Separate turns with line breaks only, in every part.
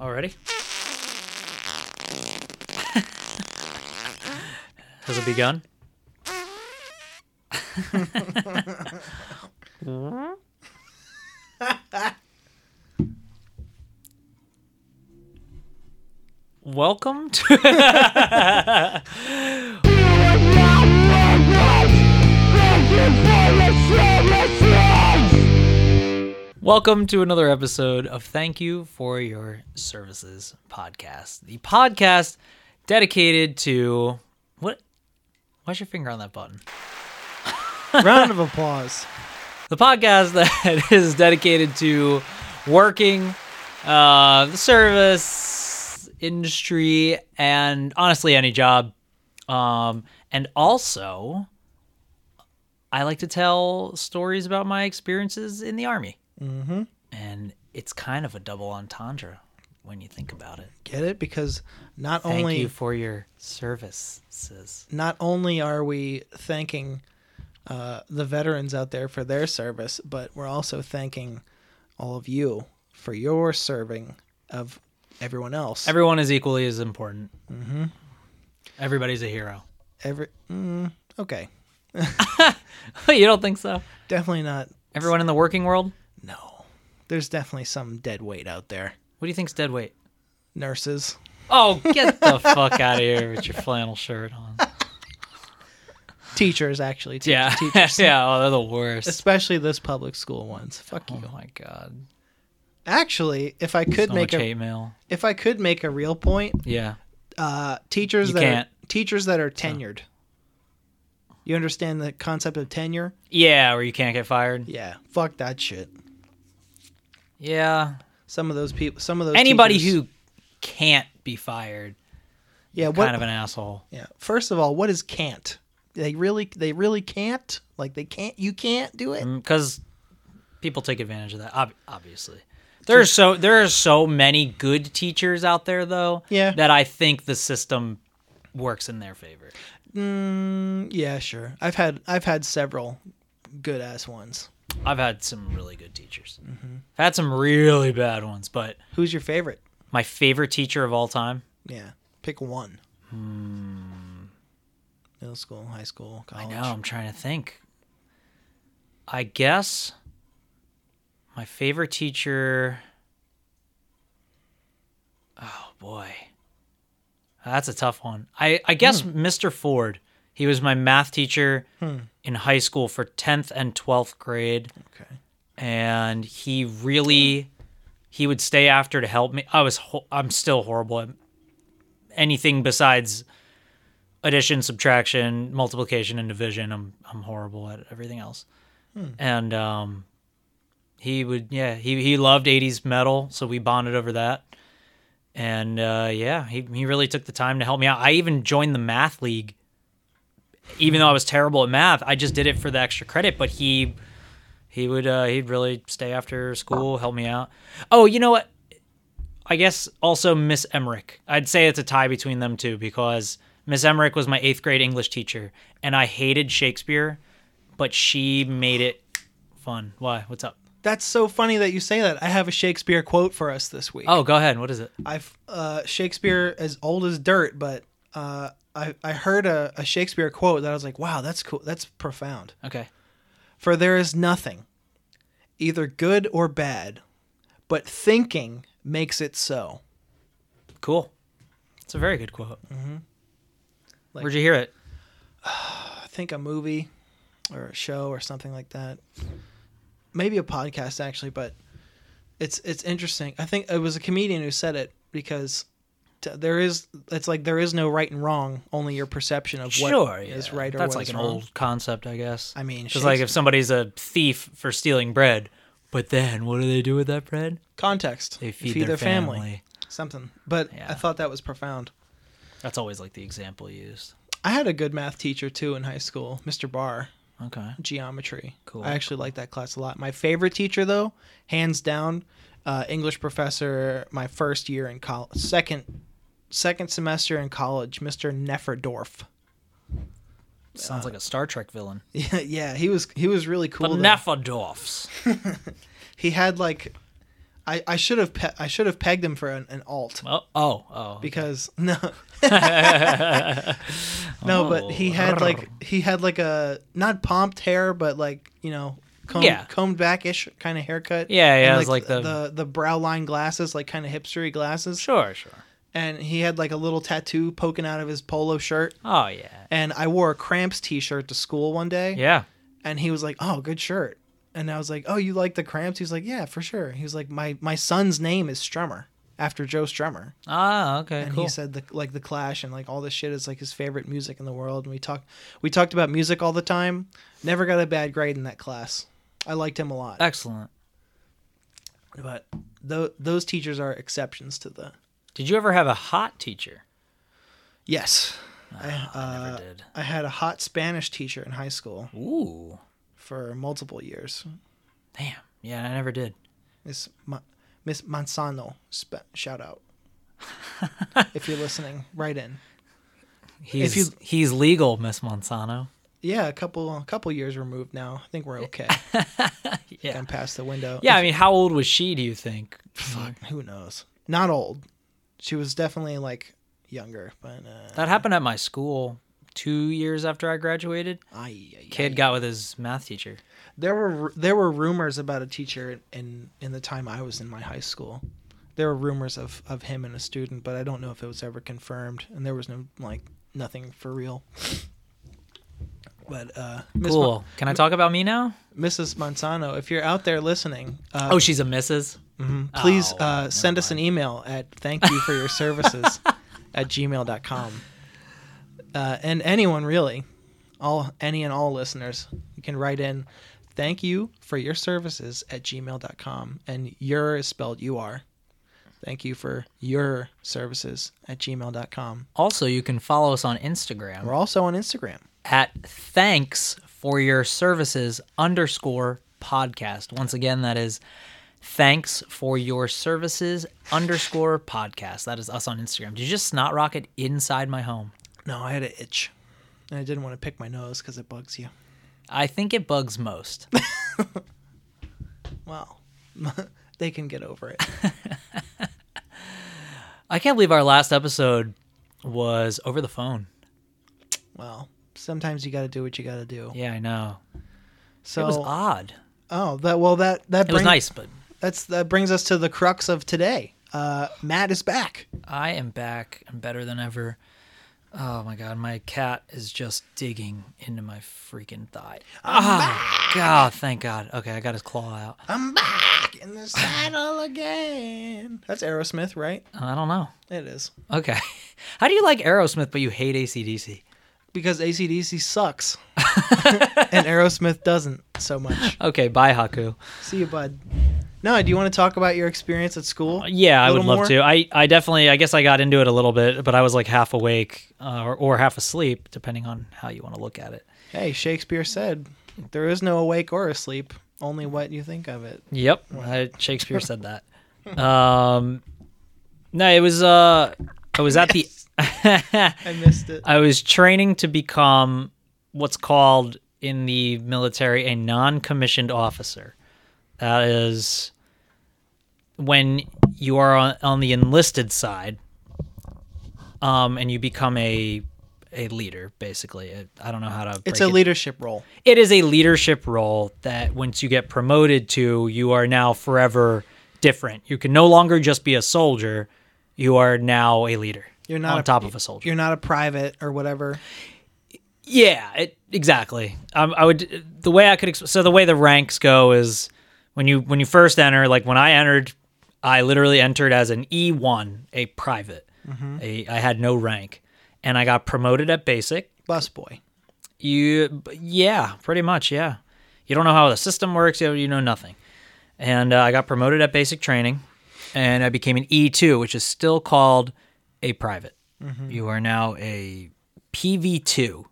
Already? Has it begun? Welcome to Welcome to another episode of Thank You for Your Services podcast. The podcast dedicated to what Why's your finger on that button?
Round of applause.
the podcast that is dedicated to working uh, the service industry and honestly any job um, and also i like to tell stories about my experiences in the army mm-hmm. and it's kind of a double entendre when you think about it
Get it? Because not
thank
only
you for your services
not only are we thanking uh, the veterans out there for their service, but we're also thanking all of you for your serving of everyone else.
everyone is equally as important mm-hmm. everybody's a hero
Every mm, okay,
you don't think so
definitely not.
everyone in the working world
No, there's definitely some dead weight out there.
What do you think's dead weight?
Nurses.
Oh, get the fuck out of here with your flannel shirt on.
Teachers actually, teach,
Yeah,
teachers,
yeah. Oh, they're the worst.
especially this public school ones. Fuck
Oh
you.
my god.
Actually, if I could
So
make
much
a
hate mail.
if I could make a real point,
Yeah.
uh, teachers
You
that
can't.
Are, teachers that are tenured. You understand the concept of tenure?
Yeah, where you can't get fired.
Yeah, fuck that shit.
Yeah.
Some of those people, some of those
Anybody
teachers-
who can't be fired,
yeah, what,
kind of an asshole.
yeah. First of all, what is can't? They really, they really can't. Like they can't. You can't do it.
Mm-hmm. Because Mm, people take advantage of that. Ob- obviously, there are so there are so many good teachers out there though.
Yeah.
That I think the system works in their favor.
Mm, yeah, sure. I've had, I've had several good ass ones.
I've had some really good teachers. I've had some really bad ones, but
Who's your favorite?
my favorite teacher of all time,
Yeah, pick one.
Hmm.
Middle school, high school, college.
No, I'm trying to think. I guess my favorite teacher. Oh boy, that's a tough one. I I guess Mr. Ford. He was my math teacher in high school for tenth and twelfth grade,
Okay.
and he really he would stay after to help me. I was ho- I'm still horrible at anything besides addition, subtraction, multiplication, and division. I'm I'm horrible at everything else. And um, he would yeah he he loved '80s metal, so we bonded over that. And uh, yeah, he he really took the time to help me out. I even joined the math league, even though I was terrible at math. I just did it for the extra credit. But he he would uh, he'd really stay after school, help me out. Oh, you know what? I guess also Miss Emmerich. I'd say it's a tie between them two because Miss Emmerich was my eighth grade English teacher, and I hated Shakespeare, but she made it fun. Why? What's up?
That's so funny that you say that. I have a Shakespeare quote for us this week.
Oh, go ahead. What is it?
I've uh, Shakespeare as old as dirt, but uh, I I heard a, a Shakespeare quote that I was like, wow, that's cool, that's profound.
Okay.
For there is nothing, either good or bad, but thinking makes it so.
Cool. It's a very good quote.
Mm-hmm. Like-
Where'd you hear it?
I think a movie or a show or something like that, maybe a podcast actually, but it's it's interesting. I think it was a comedian who said it because. t- There is, it's like there is no right and wrong, only your perception of what is
sure. yeah.
right or
That's
what
like
is
an
wrong.
old concept, I guess.
I mean,
it's like if somebody's a thief for stealing bread, but then what do they do with that bread?
context.
They feed, their, family.
Something. But
Yeah.
I thought that was profound.
That's always like the example used.
I had a good math teacher too in high school, Mr. Barr,
Okay.
geometry.
Cool.
I actually liked that class a lot. My favorite teacher though, hands down, uh, English professor my first year in college, second second semester in college, Mr. Nefferdorf.
Sounds like a Star Trek villain.
Yeah, yeah, he was he was really cool.
The
though.
Nefferdorfs.
he had like I, I should have pe- I should have pegged him for an, an alt
Oh, oh, oh.
because no no but
Oh.
he had like he had like a not pomped hair but like you know combed,
Yeah.
combed backish kind of haircut
Yeah, yeah,
And,
it was like the-
the the, brow line glasses like kind of hipstery glasses
sure, sure.
and he had like a little tattoo poking out of his polo shirt
Oh yeah,
and I wore a cramps t-shirt to school one day
yeah.
and he was like, "Oh, good shirt." And I was like, "Oh, you like the Cramps?" He was like, "Yeah, for sure." He was like, "My my son's name is Strummer, after Joe Strummer."
Ah, okay,
And
cool.
he said the like the Clash and like all this shit is like his favorite music in the world. And we talked we talked about music all the time. Never got a bad grade in that class. I liked him a
Uh,
lot,
Excellent.
but tho- those teachers are exceptions to the
Did you ever have a hot teacher?
yes. I,
Ah, I
uh,
never did.
I had a hot Spanish teacher in high school
Ooh,
for multiple years.
damn. Yeah, I never did.
Miss Ma- Miss Manzano, sp- shout out. if you're listening, right in.
He's
you-
he's legal, Miss Monsanto.
Yeah, a couple a couple years removed now. I think we're okay.
Yeah.
I'm past the window.
Yeah, I mean, how old was she? Do you think?
Fuck, Mm-hmm. who knows? Not old. She was definitely like younger, but uh,
That happened at my school two years after I graduated.
ay, ay,
Kid
ay.
got with his math teacher.
There were there were rumors about a teacher in, in in the time I was in my high school. There were rumors of of him and a student, but I don't know if it was ever confirmed. And there was no like nothing for real. But uh, Miss Ma-
Cool. Can I talk about me now?
Mrs. Monsanto, if you're out there listening, uh,
Oh, she's a Mrs.
please
oh,
uh, send us an email at thank you for your services at gmail.com. Uh, and anyone really, all any and all listeners, you can write in thank you for your services at gmail.com. And your is spelled you are. Thank you for your services at gmail.com.
Also, you can follow us on Instagram.
We're also on Instagram.
at thanks for your services underscore podcast. Once again, that is thanks for your services underscore podcast. That is us on Instagram. Did you just snot rocket inside my home?
No, I had an itch. And I didn't want to pick my nose because it bugs you.
I think it bugs most.
Well, they can get over it.
I can't believe our last episode was over the phone.
Well, sometimes you got to do what you got to do.
Yeah, I know.
So,
it was odd.
oh, that well that that
It was
bring-
nice, but
That's that brings us to the crux of today. Uh, Matt is back.
I am back and better than ever. Oh my god, my cat is just digging into my freaking thigh. Ah, god, thank God. Okay, I got his claw out.
I'm back in the saddle again. That's Aerosmith, right?
I don't know.
It is
Okay, how do you like Aerosmith but you hate ACDC?
because ACDC sucks and Aerosmith doesn't so much.
Okay, bye Haku.
See you, bud. No, do you want to talk about your experience at school?
Yeah, I
A
would
little
love
more?
to. I, I definitely, I guess I got into it a little bit, but I was like half awake uh, or, or half asleep, depending on how you want to look at it.
Hey, Shakespeare said, "There is no awake or asleep, only what you think of it."
Yep, I, Shakespeare said that. Um, no, it was. Uh, I was at the.
I missed it.
I was training to become what's called in the military a non-commissioned officer. That is when you are on, on the enlisted side, um, and you become a a leader. Basically, I I don't know how to.
It's
break
a
it
leadership role.
it is a leadership role that once you get promoted to, you are now forever different. You can no longer just be a soldier. You are now a leader.
You're not
on
a-
top of a soldier.
You're not a private or whatever.
Yeah, it, exactly. Um, I would the way I could exp- so the way the ranks go is when you when you first enter. Like when I entered, I literally entered as an E one, a private.
Mm-hmm.
A, I had no rank, and I got promoted at basic.
Busboy.
You, b- yeah, pretty much, yeah. You don't know how the system works. You, you know nothing. And uh, I got promoted at basic training, and I became an E two, which is still called a private. You are now a PV two.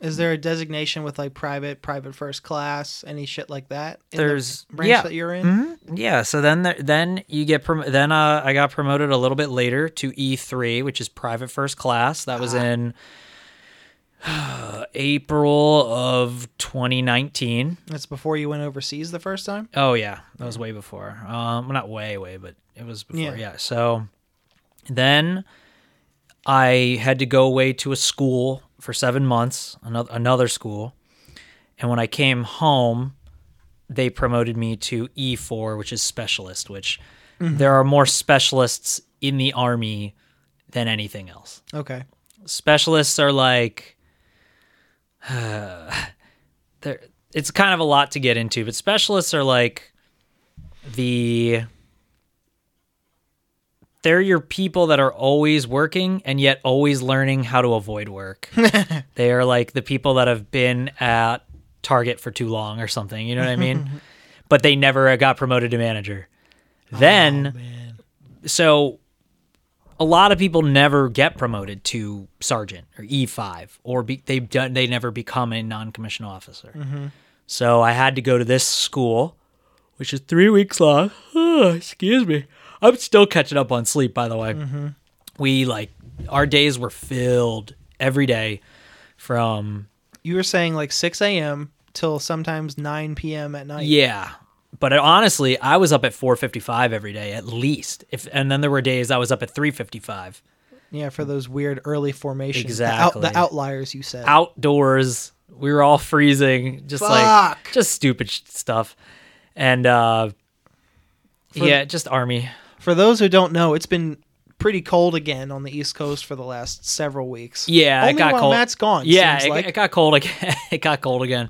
Is there a designation with like private, private first class, any shit like that? in the
There's-
branch
yeah. Mm-hmm.
that you're in.
Yeah. So then, the, then you get prom- then uh, I got promoted a little bit later to E three, which is private first class. That was in April of 2019.
That's before you went overseas the first time.
Oh yeah, that was way before. Um, well, not way way, but it was before.
Yeah.
Yeah. So then I had to go away to a school for seven months, another another school, and when I came home, they promoted me to E four, which is specialist. Which there are more specialists in the army than anything else
Okay.
specialists are like they're, it's kind of a lot to get into but specialists are like the they're your people that are always working and yet always learning how to avoid work they are like the people that have been at target for too long or something you know what i mean but they never got promoted to manager then
Man.
so a lot of people never get promoted to sergeant or E5 or be, they've done they never become a non-commissioned officer. So I had to go to this school which is 3 weeks long. excuse me. I'm still catching up on sleep by the way. We like our days were filled every day from
You were saying like 6 a.m. till sometimes 9 p.m. at night.
Yeah. But it- honestly, I was up at 4:55 every day at least. If and then there were days I was up at 3:55.
Yeah, for those weird early formations. The, out,
Exactly.
the outliers you said.
outdoors. We were all freezing, just
Fuck.
like just stupid sh- stuff, and uh,
For-
yeah, just army.
For those who don't know, it's been pretty cold again on the East Coast for the last several weeks.
Yeah,
Only
it got
while
cold.
Matt's gone.
Yeah,
seems
it,
like.
it got cold again. it got cold again.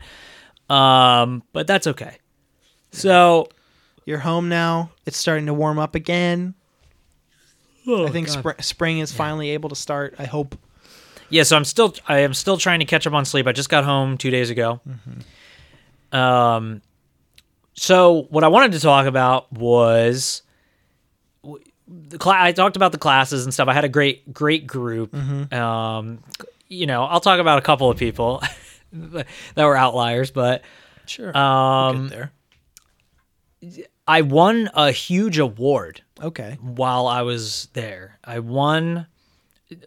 Um, but that's okay. So
you're home now. It's starting to warm up again.
oh,
I think
God.
spr- spring is finally able to start. I hope.
yeah. So I'm still I am still trying to catch up on sleep. I just got home two days ago. Um, so what I wanted to talk about was the cla- I talked about the classes and stuff. I had a great great group. Um, you know, I'll talk about a couple of people that were outliers, but
Sure.
um,
there.
I won a huge award
Okay.
while I was there. I won th-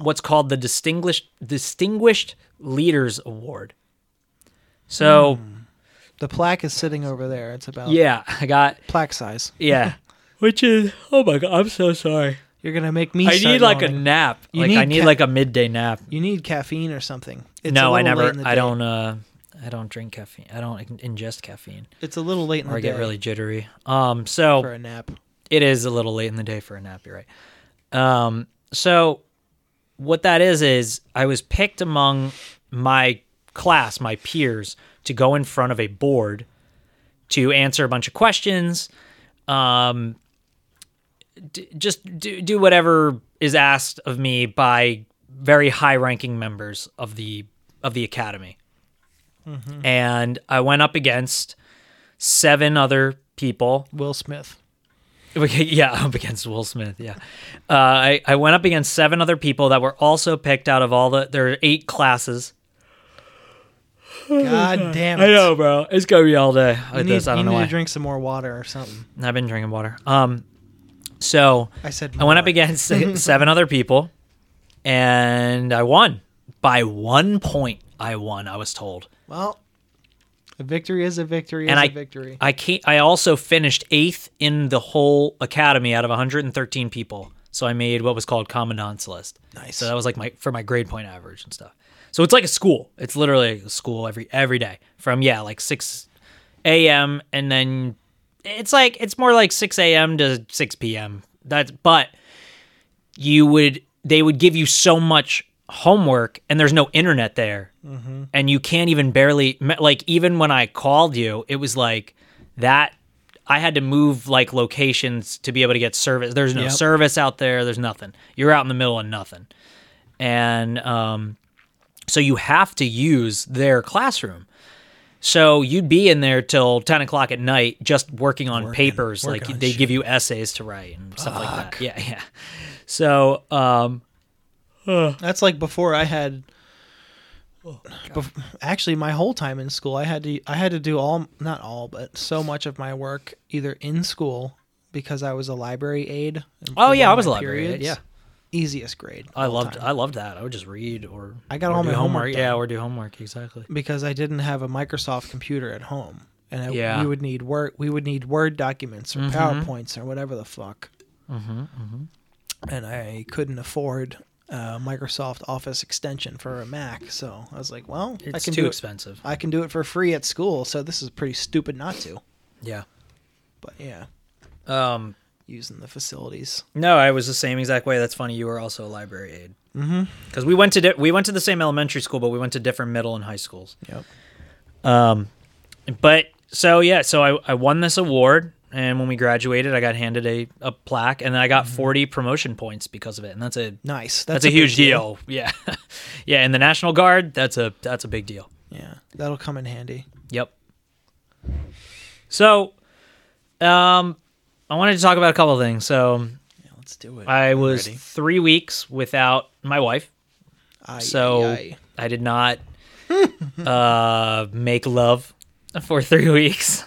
what's called the distinguished distinguished leaders award. So
The plaque is sitting over there. It's about
yeah, I got
plaque size.
yeah. Which is oh my god, I'm so sorry.
You're gonna make me.
I
start
need like a
yawning.
nap.
You
like
need
I need
ca-
like a midday nap.
You need caffeine or something. It's a
no, I
little late
never.
in the
I
day.
don't. Uh, I don't drink caffeine. I don't ingest caffeine,
It's a little late in
or I
the
get
day
really jittery. Um, so
for a nap.
it is a little late in the day for a nap. You're right. Um, so what that is is I was picked among my class, my peers, to go in front of a board to answer a bunch of questions. Um, d- just do do whatever is asked of me by very high-ranking members of the of the academy. And I went up against seven other people
Will Smith.
Okay, yeah, up against Will Smith. Yeah, uh, I I went up against seven other people that were also picked out of all the there are eight classes.
God damn it!
bro. It's gonna be all day
You
like
need,
this. I
you
don't know
need
why.
to drink some more water or something.
I've been drinking water. Um, so
I said.
I went up
more.
against se- seven other people, and I won by one point. I won. I was told,
Well, a victory is a victory is
and
a
I
victory.
I can't. I also finished eighth in the whole academy out of 113 people. So I made what was called commandant's list.
Nice.
So that was like my for my grade point average and stuff. So it's like a school. It's literally a school every every day from yeah like six a.m. and then it's like it's more like six a.m. to six p.m. That's but you would they would give you so much homework and there's no internet there
Mm-hmm.
and you can't even barely me- like even when i called you it was like that i had to move like locations to be able to get service there's no
Yep.
service out there there's nothing you're out in the middle of nothing and um, so you have to use their classroom so you'd be in there till 10 o'clock at night just working on papers
working
like
on
they give you essays to write and stuff like that yeah yeah so um,
That's like before I had.
Oh,
bef- actually, my whole time in school, I had to I had to do all not all, but so much of my work either in school because I was a library aide.
oh
for
yeah
one
i
of
was a
my
librarian
periods,
yeah
easiest grade. of
I
all
loved
time.
I loved that. I would just read or
I got
or
all
do
my homework
Yeah,
done.
or do homework exactly.
because I didn't have a Microsoft computer at home, and I,
Yeah. Mm-hmm.
we would need word we would need Word documents or PowerPoints or whatever the fuck. Mm-hmm, And I couldn't afford uh, Microsoft Office extension for a Mac, so I was like, "Well, I
It's
can
too
do it.
expensive.
I can do it for free at school, so this is pretty stupid not to."
Yeah.
But yeah,
Um
using the facilities.
no, I was the same exact way. That's funny. You were also a library aide. Mhm.
Mm-hmm.
Cuz we went to di- we went to the same elementary school, but we went to different middle and high schools. Um,
Yep.
But so yeah, so I I won this award and when we graduated, I got handed a, a plaque and then I got 40 promotion points because of it. And that's a
Nice.
that's,
Mm-hmm. That's,
a,
big
huge deal. Yeah. yeah, in the National Guard, that's a that's a big deal.
Yeah, that'll come in handy.
Yep. So, um, I wanted to talk about a couple of things. So,
Yeah, let's do it.
I
I'm
was
ready.
three weeks without my wife,
Aye,
so
aye, aye.
I did not uh make love for three weeks,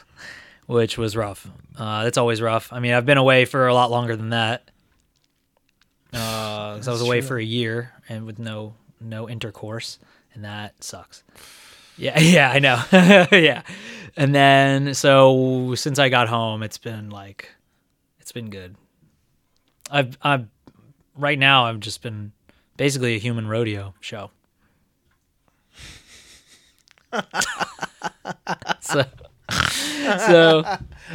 which was rough. Uh, that's always rough. I mean, I've been away for a lot longer than that. Uh, 'cause I was
That's
away
true.
for a year and with no no intercourse, and that sucks. Yeah, yeah, I know. yeah. And then so since I got home, it's been like it's been good. I've I've right now I've just been basically a human rodeo show. so so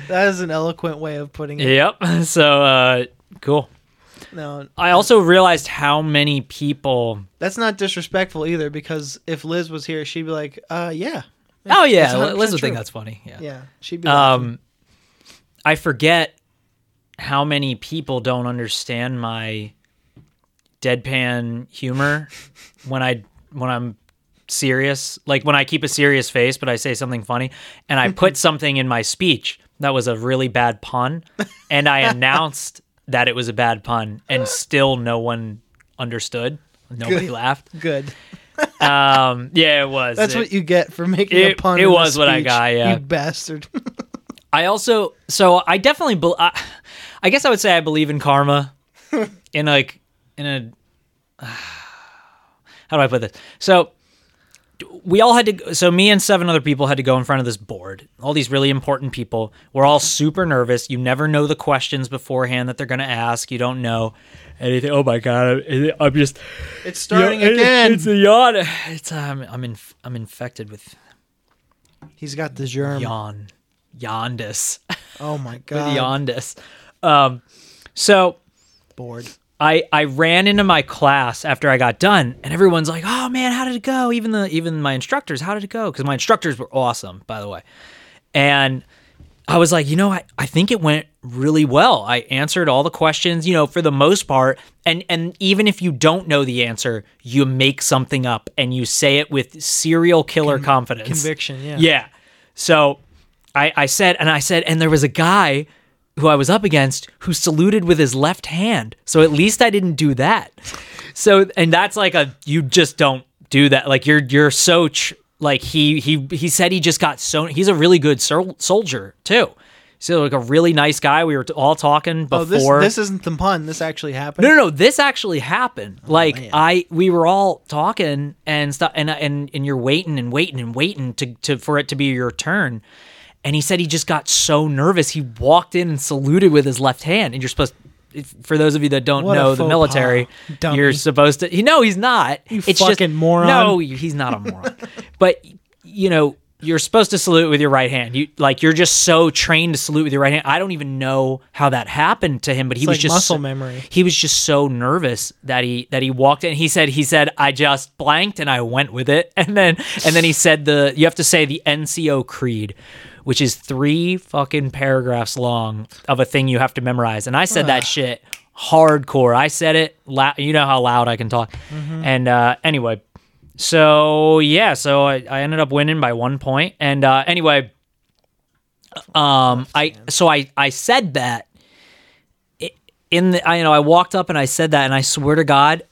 that is an eloquent way of putting it.
yep. So uh cool.
No,
I also realized how many people
That's not disrespectful either, because if Liz was here, she'd be like, "Uh, yeah,
Oh yeah,
That's 100%
Liz would think
true.
that's funny.
yeah." She'd be like,
um i forget how many people don't understand my deadpan humor when i when i'm serious like when i keep a serious face but i say something funny and i put something in my speech that was a really bad pun and i announced that it was a bad pun and still no one understood nobody
Good.
laughed
"Good."
um yeah it was
That's
It-
what you get for making a
it-
pun.
it
in a
was what I
speech,
got, yeah.
you bastard.
I also so I definitely bel I, I guess I would say I believe in karma in like in a how do I put this? So we all had to so me and seven other people had to go in front of this board. All these really important people. We're all super nervous. You never know the questions beforehand that they're going to ask. You don't know anything. Oh my god, I'm, I'm just
it's starting
you know, it-
again.
It's a yawn. It's um, I'm in, I'm infected with
He's got the germ.
yawn. Yondis.
Oh my
with
god,
Yondis. Um, so
bored.
I I ran into my class after I got done, and everyone's like, "Oh man, how did it go?" Even the even my instructors, how did it go? Because my instructors were awesome, by the way. And I was like, you know, I, I think it went really well. I answered all the questions, you know, for the most part. And and even if you don't know the answer, you make something up and you say it with serial killer confidence.
Conviction, yeah.
Yeah. So I, I said, and I said, and there was a guy who I was up against who saluted with his left hand. So at least I didn't do that. So, and that's like a, you just don't do that. Like you're, you're so, ch- like he, he, he said he just got so, he's a really good sol- soldier too. So like a really nice guy. We were t- all talking before.
Oh, this this isn't the pun. This actually happened. Oh,
No, no, no. This actually happened. like I, we were all talking and stuff, and and and you're waiting and waiting and waiting to to for it to be your turn. And he said he just got so nervous he walked in and saluted with his left hand. And you're supposed, if, for those of you that don't
What a
know the
faux
military,
pas, dummy.
you're supposed to. You know he's not. You
fucking moron.
No, he's not a moron. but you know you're supposed to salute with your right hand. You like you're just so trained to salute with your right hand. I don't even know how that happened to him, but he was
like
just
muscle
so-
memory.
he was just so nervous that he that he walked in. He said he said I just blanked and I went with it, and then and then he said the you have to say the NCO creed, which is three fucking paragraphs long of a thing you have to memorize. And I said that shit hardcore. I said it loud. You know how loud I can talk.
Mm-hmm.
And uh, anyway, so yeah, so I, I ended up winning by one point. And uh, anyway, um, I so I I said that in the I you know I walked up and I said that and I swear to God,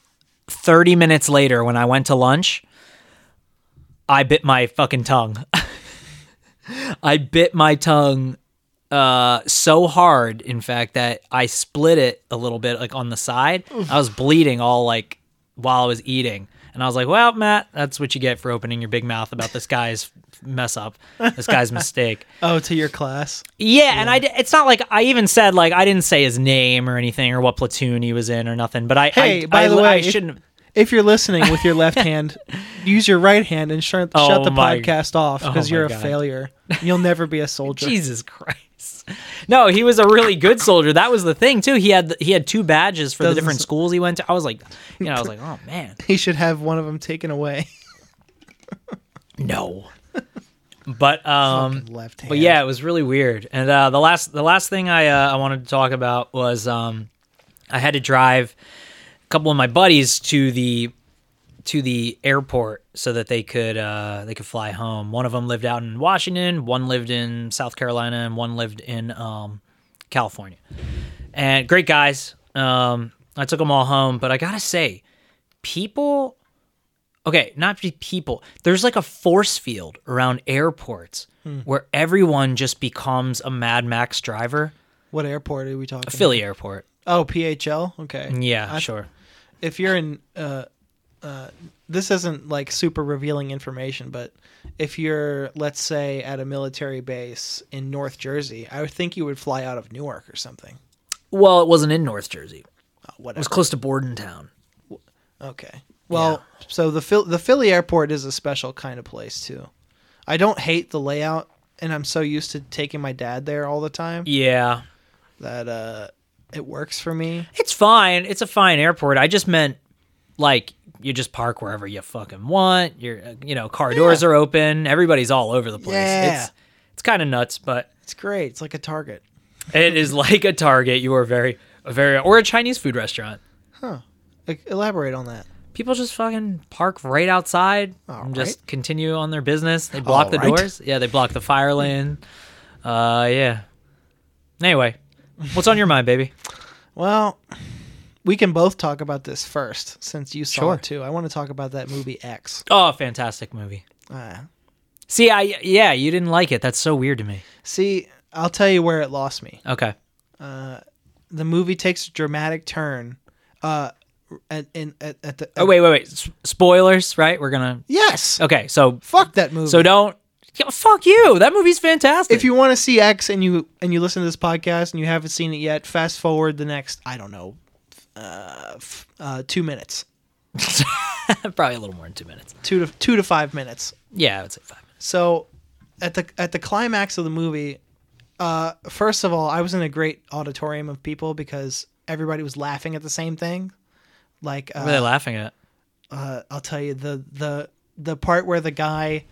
thirty minutes later when I went to lunch, I bit my fucking tongue. I bit my tongue uh, so hard, in fact, that I split it a little bit, like on the side. I was bleeding all like while I was eating. And I was like, well, Matt, that's what you get for opening your big mouth about this guy's mess up, this guy's mistake.
Oh, to your class.
Yeah, and I d- it's not like I even said like I didn't say his name or anything or what platoon he was in or nothing. But I
Hey,
I,
by
I-
the way,
I
if-
shouldn't.
If you're listening with your left hand, use your right hand and shut, shut
Oh
the
my-
podcast off because
oh my
you're a
God.
failure. You'll never be a soldier.
Jesus Christ! No, he was a really good soldier. That was the thing too. He had he had two badges for the
Doesn't
different
s-
schools he went to. I was like, you know, I was like, oh man,
He should have one of them taken away.
no. But um,
Fucking left hand.
But yeah, it was really weird. And uh, the last the last thing I uh, I wanted to talk about was um, I had to drive a couple of my buddies to the to the airport so that they could uh, they could fly home. One of them lived out in Washington, one lived in South Carolina, and one lived in um, California. And great guys. Um, I took them all home, but I gotta say, people okay, not just people. There's like a force field around airports
Hmm.
where everyone just becomes a Mad Max driver.
What airport are we talking?
Philly Airport.
Oh, PHL. Okay.
Yeah,
I-
sure.
If you're in, uh, uh, this isn't like super revealing information, but if you're, let's say, at a military base in North Jersey, I would think you would fly out of Newark or something.
Well, it wasn't in North Jersey. It
Oh, whatever.
was close to Bordentown.
Okay. Well, so the Phil- the Philly airport is a special kind of place too. I don't hate the layout, and I'm so used to taking my dad there all the time
Yeah.
that uh, it works for me.
It's fine. It's a fine airport. I just meant like you just park wherever you fucking want. Your uh, you know, car doors are open. Everybody's all over the place. It's it's kind of nuts, but
It's great. It's like a Target.
it is like a Target. You are very a very or a Chinese food restaurant.
Like, elaborate on that.
people just fucking park right outside
All
and just
right.
continue on their business. They block
All
the
right.
doors. Yeah, they block the fire lane. Uh, yeah. Anyway, what's on your mind, baby?
Well, we can both talk about this first, since you saw
Sure.
it too. I want to talk about that movie X.
Oh, fantastic movie.
Uh,
See, I yeah, you didn't like it. That's so weird to me.
see, I'll tell you where it lost me.
Okay.
The movie takes a dramatic turn. Uh, at, in, at, at the
Oh wait, wait, wait. S- spoilers, right? We're gonna.
yes.
Okay, so
Fuck that movie.
so don't. Yeah, fuck you. That movie's fantastic.
if you want to see X and you and you listen to this podcast and you haven't seen it yet, fast forward the next I don't know, uh, f- uh, two minutes,
probably a little more than two minutes.
two to two to five minutes.
Yeah, I would say five. minutes.
So at the at the climax of the movie, uh, first of all, I was in a great auditorium of people because everybody was laughing at the same thing. Like
What are they
uh,
laughing at?
uh, I'll tell you the the the part where the guy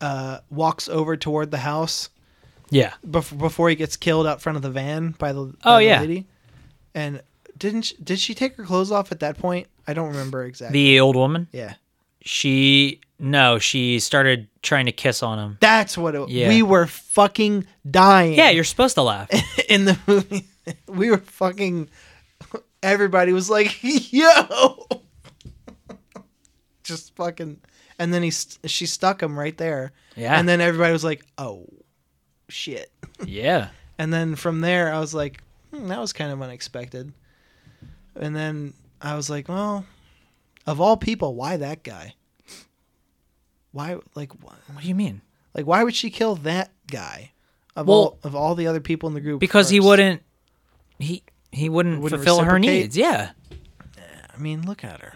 uh, walks over toward the house
Yeah.
bef- before he gets killed out front of the van by the by
Oh,
the
yeah.
lady. And didn't she, did she take her clothes off at that point? I don't remember exactly.
The old woman.
yeah,
She no, she started trying to kiss on him.
that's what it,
Yeah.
we were fucking dying.
Yeah, you're supposed to laugh.
in the movie, we were fucking. Everybody was like, "Yo," just fucking. And then he st- she stuck him right there.
Yeah.
And then everybody was like, "Oh, shit."
yeah.
And then from there, I was like, hmm, that was kind of unexpected. And then I was like, well, of all people, why that guy? Why, like, wh-
What do you mean?
like, why would she kill that guy? Of
Well-
all of all the other people in the group,
Because he
first?
wouldn't he he wouldn't,
Wouldn't
fulfill her
reciprocate?
needs. Yeah.
I mean, look at her.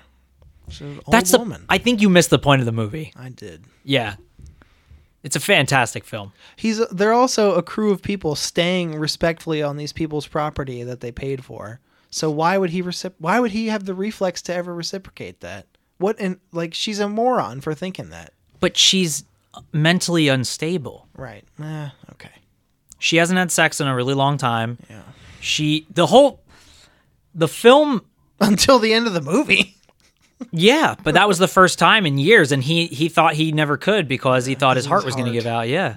She's an old
That's the
woman.
I think you missed the point of the movie.
I did.
Yeah. It's a fantastic film.
He's. They're also a crew of people staying respectfully on these people's property that they paid for. So why would he recip- Why would he have the reflex to ever reciprocate that? What in like she's a moron for thinking that.
But she's mentally unstable.
Right. Eh, okay.
She hasn't had sex in a really long time. Yeah. She the whole the film
Until the end of the movie.
yeah, but that was the first time in years and he he thought he never could because he thought his heart
was
was going to
hard.
give out. Yeah.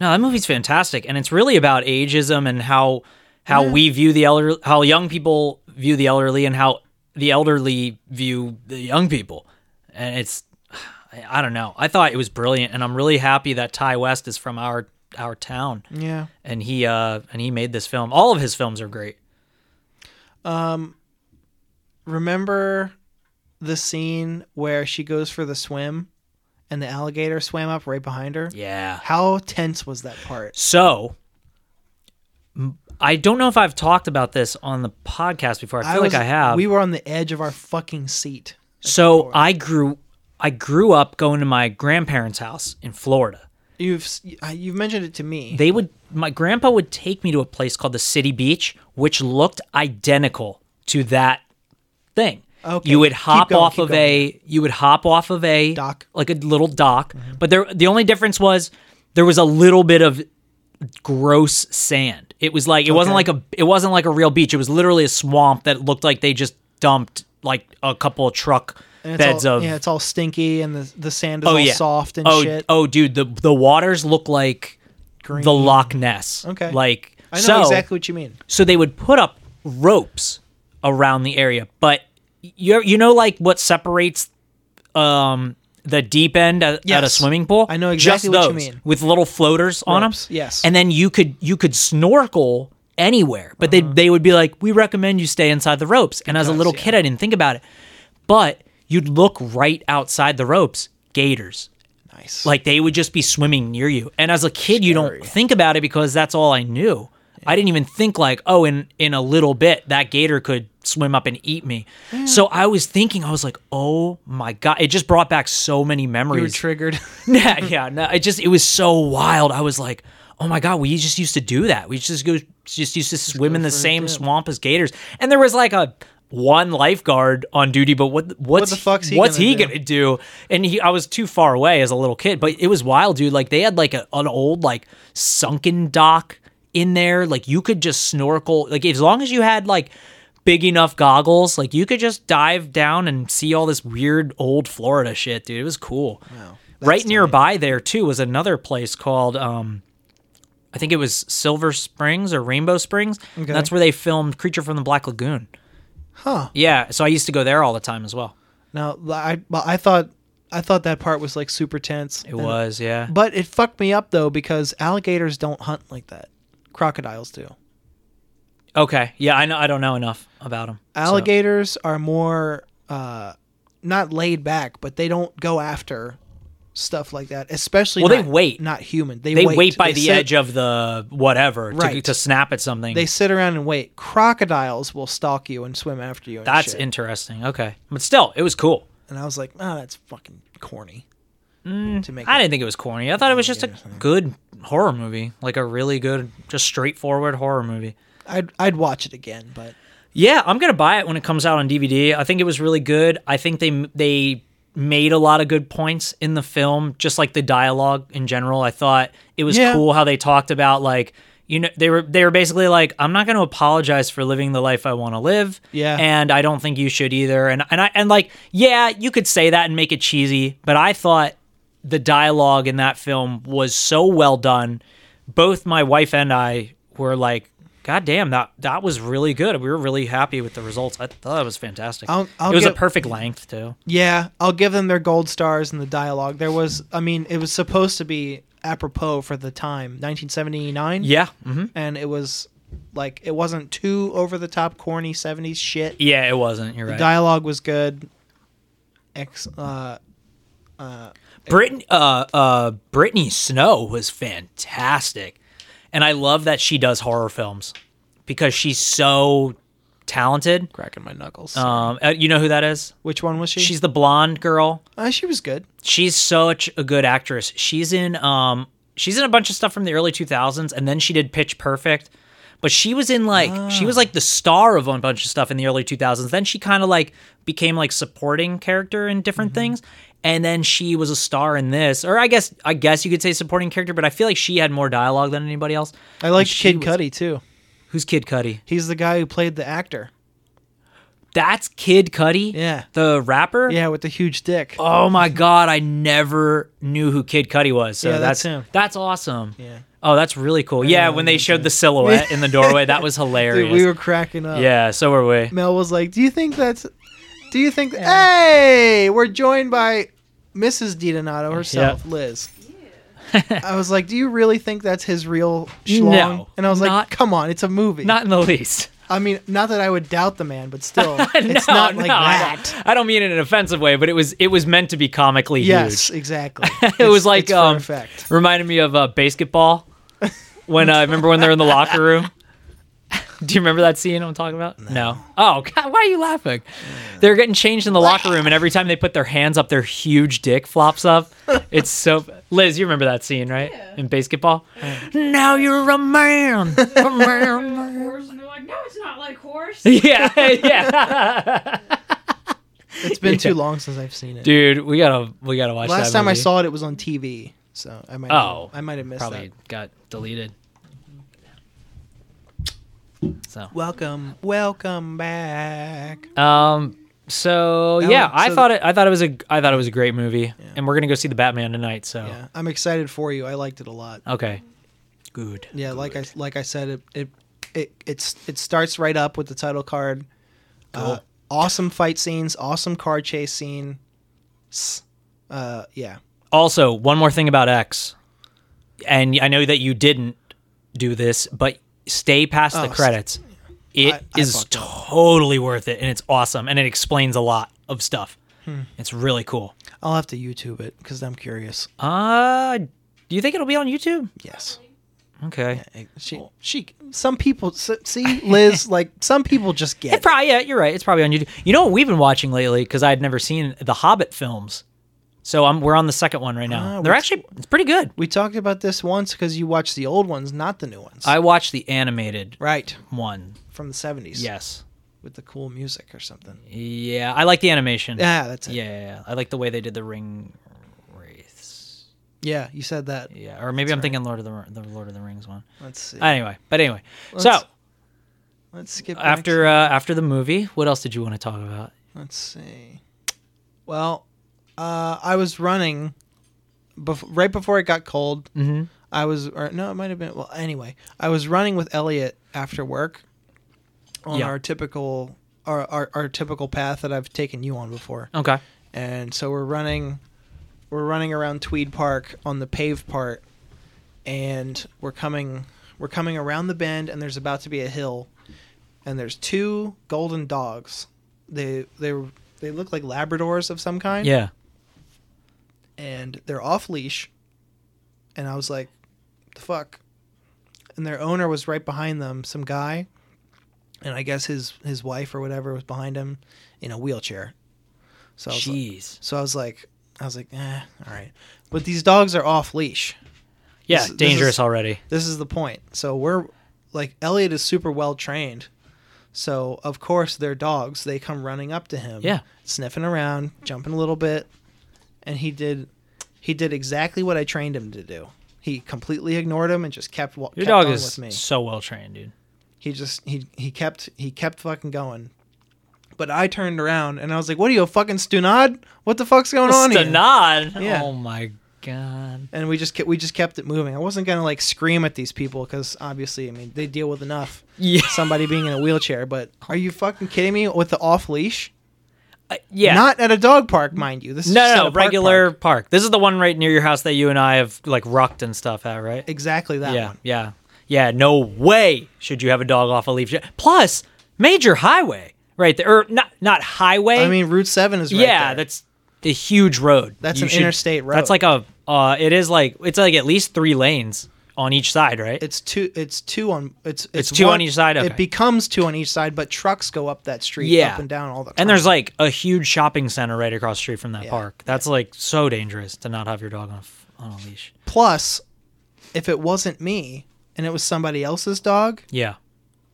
No, that movie's fantastic, and it's really about ageism and how how we view the elder, how young people view the elderly, and how the elderly view the young people. And it's, I I don't know. I thought it was brilliant, and I'm really happy that Ty West is from our our town.
Yeah.
And he uh and he made this film. All of his films are great.
Remember the scene where she goes for the swim and the alligator swam up right behind her?
Yeah.
How tense was that part?
So m- I don't know if I've talked about this on the podcast before. I feel
was-
like I have.
We were on the edge of our fucking seat.
so I grew I grew up going to my grandparents' house in Florida.
You've s- I- you've mentioned it to me.
They would my grandpa would take me to a place called the City Beach, which looked identical to that thing.
Okay,
You would
keep
hop
going,
off
keep
of
going.
a you would hop off of a
Dock. Mm-hmm.
like a little dock. But there the only difference was there was a little bit of gross sand. It was like it wasn't like
Okay.
a it wasn't like a real beach. It was literally a swamp that looked like they just dumped like a couple of truck
And it's
beds
all,
of
yeah, it's all stinky and the the sand is
oh
all
yeah
soft and
oh,
shit.
Oh dude, the the waters look like
Green.
the Loch Ness.
Okay.
Like
I know
so
exactly what you mean.
so they would put up ropes around the area, but you you know like what separates um the deep end at, at a
Yes.
swimming pool.
I know
Just
exactly what you
those,
mean.
with little floaters on them.
Ropes, yes.
and then you could you could snorkel anywhere, but
Uh-huh.
they they would be like, we recommend you stay inside the ropes. And as a
Because,
little
yeah.
kid, I didn't think about it, but you'd look right outside the ropes, gators.
Nice.
Like they would just be swimming near you. And as a kid, you don't think about it because that's all I knew. I didn't even think like, oh, in in a little bit that gator could swim up and eat me. So I was thinking, I was like, oh my god, it just brought back so many
you were
memories.
triggered.
yeah, yeah, no, it just it was so wild. I was like, oh my god, we just used to do that. We just go just used to swim in the same swamp as gators, and there was like a one lifeguard on duty but what what's
the fuck's he
what's
gonna
he
do?
gonna do and he i was too far away as a little kid but it was wild dude like they had like a, an old like sunken dock in there like you could just snorkel like as long as you had like big enough goggles like you could just dive down and see all this weird old florida shit dude it was cool right nearby there too was another place called um I think it was Silver Springs or Rainbow Springs. and
Okay.
That's where they filmed Creature from the Black Lagoon.
Huh.
Yeah, so I used to go there all the time as well.
Now I well, I thought I thought that part was like super tense.
It was, yeah.
But it fucked me up though because alligators don't hunt like that. Crocodiles do.
Okay. Yeah, I know I don't know enough about them.
Alligators are more uh not laid back, but they don't go after stuff like that. Especially
Well, they
not,
wait.
not human. They,
they
wait,
wait, by
They
the
sit-
edge of the whatever to,
Right.
to snap at something.
They sit around and wait. Crocodiles will stalk you and swim after you. And
That's
shit.
interesting. Okay. But still, it was cool.
And I was like, oh, that's fucking corny. to make
Mm, I
that-
didn't think it was corny. I thought it was just a good horror movie, like a really good just straightforward horror movie.
I'd I'd watch it again, but
Yeah, I'm gonna buy it when it comes out on DVD. I think it was really good. I think they they made a lot of good points in the film, just like the dialogue in general. I thought it was
Yeah.
cool how they talked about like you know they were they were basically like I'm not gonna apologize for living the life I want to live.
Yeah.
and I don't think you should either. And and I and like yeah, you could say that and make it cheesy, but I thought the dialogue in that film was so well done. Both my wife and I were like, "God damn, that that was really good." We were really happy with the results. I thought it was fantastic.
I'll- I'll
it was a
give-
perfect length too.
Yeah, I'll give them their gold stars in the dialogue. There was, I mean, it was supposed to be apropos for the time, 1979.
Yeah, hmm
And it was like, it wasn't too over the top, corny 70s shit.
yeah, it wasn't. You're right.
Dialogue was good. Ex- uh,
Brit- uh, uh, Brittany Snow was fantastic, and I love that she does horror films because she's so talented.
Cracking my knuckles.
Um, uh, you know who that is?
Which one was she?
She's the blonde girl.
uh, she was good.
she's such a good actress. She's in um she's in a bunch of stuff from the early 2000s and then she did Pitch Perfect. But she was in like she was like the star of a bunch of stuff in the early 2000s. Then she kind of like became like supporting character in different
Mm-hmm.
things. And then she was a star in this, or I guess I guess you could say supporting character, but I feel like she had more dialogue than anybody else.
I
And
liked
she
Kid
was-
Cudi, too.
Who's Kid Cudi?
He's the guy who played the actor.
That's Kid Cudi.
Yeah.
the rapper.
Yeah, with the huge dick.
Oh my god, I never knew who Kid Cudi was. So
Yeah,
that's
that's him.
That's awesome.
Yeah.
Oh, that's really cool. Yeah, when they showed the silhouette in the doorway, that was hilarious.
Dude, we were uh, cracking up.
yeah, so were we.
Mel was like, "Do you think that's? Do you think? Hey, we're joined by Mrs. DiDonato herself, Liz. I was like, "Do you really think that's his real schlong?"
No,
and I was like,
not-
"Come on, it's a movie."
Not in the least.
I mean, not that I would doubt the man, but still, it's
No,
not like
no, I
that.
don't- I don't mean it in an offensive way, but it was it was meant to be comically
Yes,
huge.
exactly.
It was like
it's for
um,
effect.
reminded me of uh, basketball when uh, remember when they're in the locker room. Do you remember that scene I'm talking about? No. Oh God, why are you laughing? They're getting changed in the locker room, and every time they put their hands up, their huge dick flops up. It's so. Liz, you remember that scene, right? In basketball. Now you're a man. A man, man.
horse, and they're like, no, it's not like horse.
Yeah, yeah.
It's been too long since I've seen it.
Dude, we gotta we gotta watch.
Last
that
time I
movie.
saw it, it was on TV, so I might
Oh.
have, I might have missed
probably
that.
got deleted. So.
Welcome, welcome back.
Um. So
That
yeah,
one-
I
so-
thought it. I thought it was a. I thought it was a great movie, and we're gonna go see the Batman tonight. So
Yeah, I'm excited for you. I liked it a lot.
okay, good.
Yeah, like I like I said, it it it it's, it starts right up with the title card. Uh, awesome fight scenes, awesome car chase scene. S- Uh, yeah,
Also, one more thing about X, and I know that you didn't do this, but stay past
Oh,
the
s-
credits. It is
I fucked
totally worth it, and it's awesome, and it explains a lot of stuff.
Hmm.
It's really cool.
I'll have to YouTube it because I'm curious.
Uh, do you think it'll be on YouTube?
Yes,
Okay.
she she. Some people s- see Liz like some people just get.
It probably yeah, you're right. It's probably on YouTube. You know what we've been watching lately because I had never seen the Hobbit films, so I'm we're on the second one right now.
Ah,
They're
which-
actually it's pretty good.
We talked about this once because you watched the old ones, not the new ones.
I watched the animated
right
one.
from the seventies.
Yes,
with the cool music or something.
yeah, I like the animation.
Yeah, that's it.
yeah, yeah, yeah. I like the way they did the ring wraiths.
Yeah, you said that.
Yeah, or maybe I'm thinking Lord of the the Lord of the Rings one.
Let's see.
Anyway, but anyway, so
Let's- Let's skip back
after uh, after the movie, what else did you want to talk about?
Let's see. Well, uh, I was running bef- right before it got cold.
Mm-hmm.
I was, or no, it might have been. Well, anyway, I was running with Elliot after work on
Yeah.
our typical our, our our typical path that I've taken you on before,
Okay.
and so we're running, we're running around Tweed Park on the paved part, and we're coming we're coming around the bend, and there's about to be a hill, and there's two golden dogs. They they were- they look like Labradors of some kind
Yeah.
and they're off leash. And I was like, the fuck? And their owner was right behind them, some guy. And I guess his his wife or whatever was behind him in a wheelchair. So I was like,
Jeez.
so I was like I was like, eh, all right. But these dogs are off leash.
Yeah,
this is-
dangerous already.
This is the point. So we're like Elliot is super well trained. So of course they're dogs. They come running up to him.
Yeah.
Sniffing around, jumping a little bit. And he did he did exactly what I trained him to do. He completely ignored him and just kept wa-
Your
kept
dog
on
is
with me.
so well trained, dude.
He just he he kept he kept fucking going. But I turned around and I was like, "What are you, a fucking stunad? What the fuck's going on here?"
Stanad.
Yeah.
Oh my god.
and we just kept, we just kept it moving. I wasn't gonna like scream at these people because obviously, I mean, they deal with enough
Yeah.
somebody being in a wheelchair. But are you fucking kidding me with the off leash?
yeah.
Not at a dog park, mind you. This is
no,
just at
no,
a
no,
park
regular
park.
park, This is the one right near your house that you and I have like rucked and stuff at, right?
Exactly that
yeah,
one.
yeah, yeah. No way should you have a dog off a leaf. Plus, major highway right there, or not not highway.
I mean, Route Seven is right
yeah,
there.
that's the huge road.
That's
You
an interstate road.
That's like a. Uh, it is like it's like at least three lanes on each side, right?
it's two. It's two on. It's
It's two on each side, okay.
It becomes two on each side, but trucks go up that street,
Yeah.
up and down all the time.
and there's like a huge shopping center right across the street from that
Yeah.
park. That's like so dangerous to not have your dog on a, f- on a leash.
plus, if it wasn't me and it was somebody else's dog,
Yeah.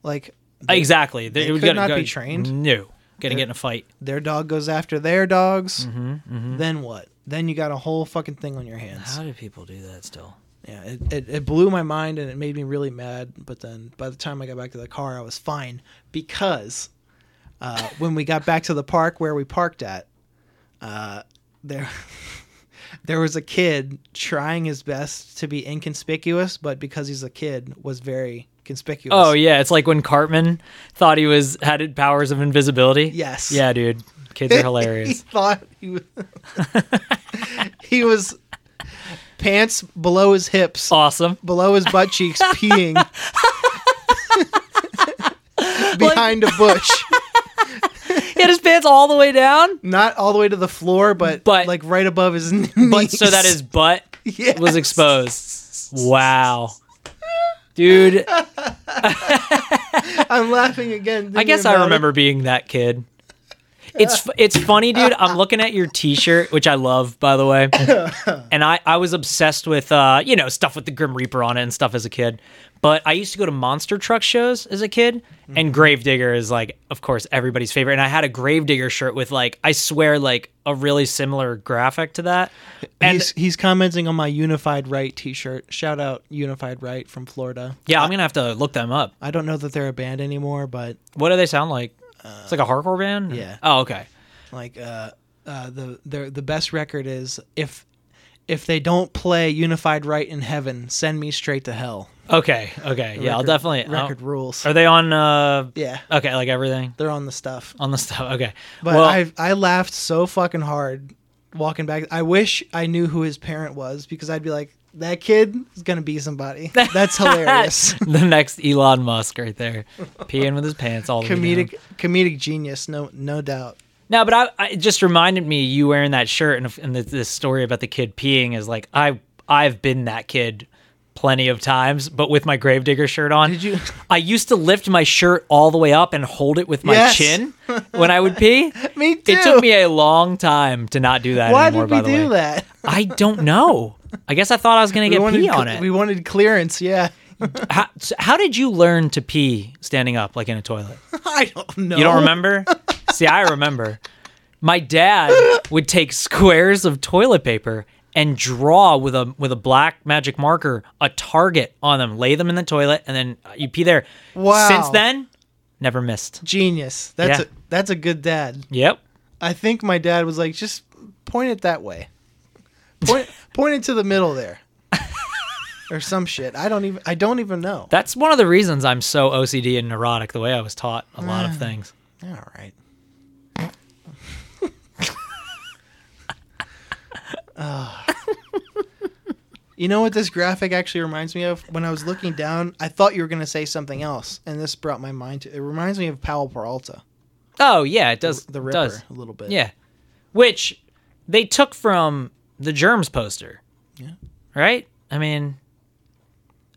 like
Exactly. They,
they
would
could
gotta
not
go-
be trained.
No, gonna get in a fight.
their dog goes after their dogs,
Mm-hmm,
then what? Then you got a whole fucking thing on your hands.
How do people do that still?
Yeah, it, it, it blew my mind and it made me really mad. But then by the time I got back to the car, I was fine because uh, when we got back to the park where we parked at, uh, there there was a kid trying his best to be inconspicuous, but because he's a kid, was very conspicuous.
Oh yeah, it's like when Cartman thought he was had powers of invisibility.
Yes.
Yeah, dude, kids are
he
hilarious.
thought he was, he was pants below his hips,
Awesome.
below his butt cheeks, peeing behind a bush.
He had his pants all the way down,
Not all the way to the floor, but,
But-
like right above his knees.
but so that his butt
Yes.
was exposed. Wow. Dude,
I'm laughing again.
I guess
thinking about
I
it.
remember being that kid. It's it's funny, dude. I'm looking at your T-shirt, which I love, by the way. And I I was obsessed with uh you know stuff with the Grim Reaper on it and stuff as a kid. But I used to go to monster truck shows as a kid,
Mm-hmm.
and Gravedigger is like, of course, everybody's favorite. And I had a Gravedigger shirt with like, I swear, like a really similar graphic to that. And
he's he's commenting on my Unified Right T-shirt. Shout out Unified Right from Florida.
yeah, I'm gonna have to look them up.
I don't know that they're a band anymore, but
What do they sound like? It's like a hardcore band.
uh, yeah.
Oh, okay.
like uh, uh, the their the best record is if if they don't play Unified Right in Heaven, send me straight to hell.
Okay. Okay. Yeah, I'll
Record-
definitely. I'll-
record rules.
Are they on? uh
yeah,
Okay, like everything
they're on the stuff.
on the stuff. Okay,
But
well,
I I laughed so fucking hard walking back. I wish I knew who his parent was because I'd be like, that kid is gonna be somebody. That's hilarious.
the next Elon Musk right there, peeing with his pants all the way down.
comedic comedic genius, no no doubt.
No, but I, I it just reminded me you wearing that shirt and, and this, this story about the kid peeing is like I I've been that kid plenty of times, but with my gravedigger shirt on.
Did you-
I used to lift my shirt all the way up and hold it with my
Yes.
chin when I would pee.
Me
It took me a long time to not do that
Why
anymore.
did
by
we
the
do
way,
that?
I don't know. I guess I thought I was gonna get
wanted
pee
cl-
on it.
We wanted clearance. Yeah,
How, so how did you learn to pee standing up like in a toilet?
I don't know.
You don't remember? See, I remember. My dad would take squares of toilet paper and draw with a with a black magic marker a target on them, lay them in the toilet, and then uh, you pee there.
Wow.
Since then, never missed.
Genius. That's
Yeah.
a that's a good dad.
Yep.
I think my dad was like, just point it that way. Point point it to the middle there, or some shit. I don't even I don't even know.
That's one of the reasons I'm so OCD and neurotic. The way I was taught a lot
Mm.
of things.
All right. you know what this graphic actually reminds me of? When I was looking down, I thought you were going to say something else, and this brought my mind to. It reminds me of Powell Peralta,
Oh yeah, it does.
the
it
Ripper,
does.
a little bit.
Yeah. Which they took from the Germs poster. Yeah. Right? I mean,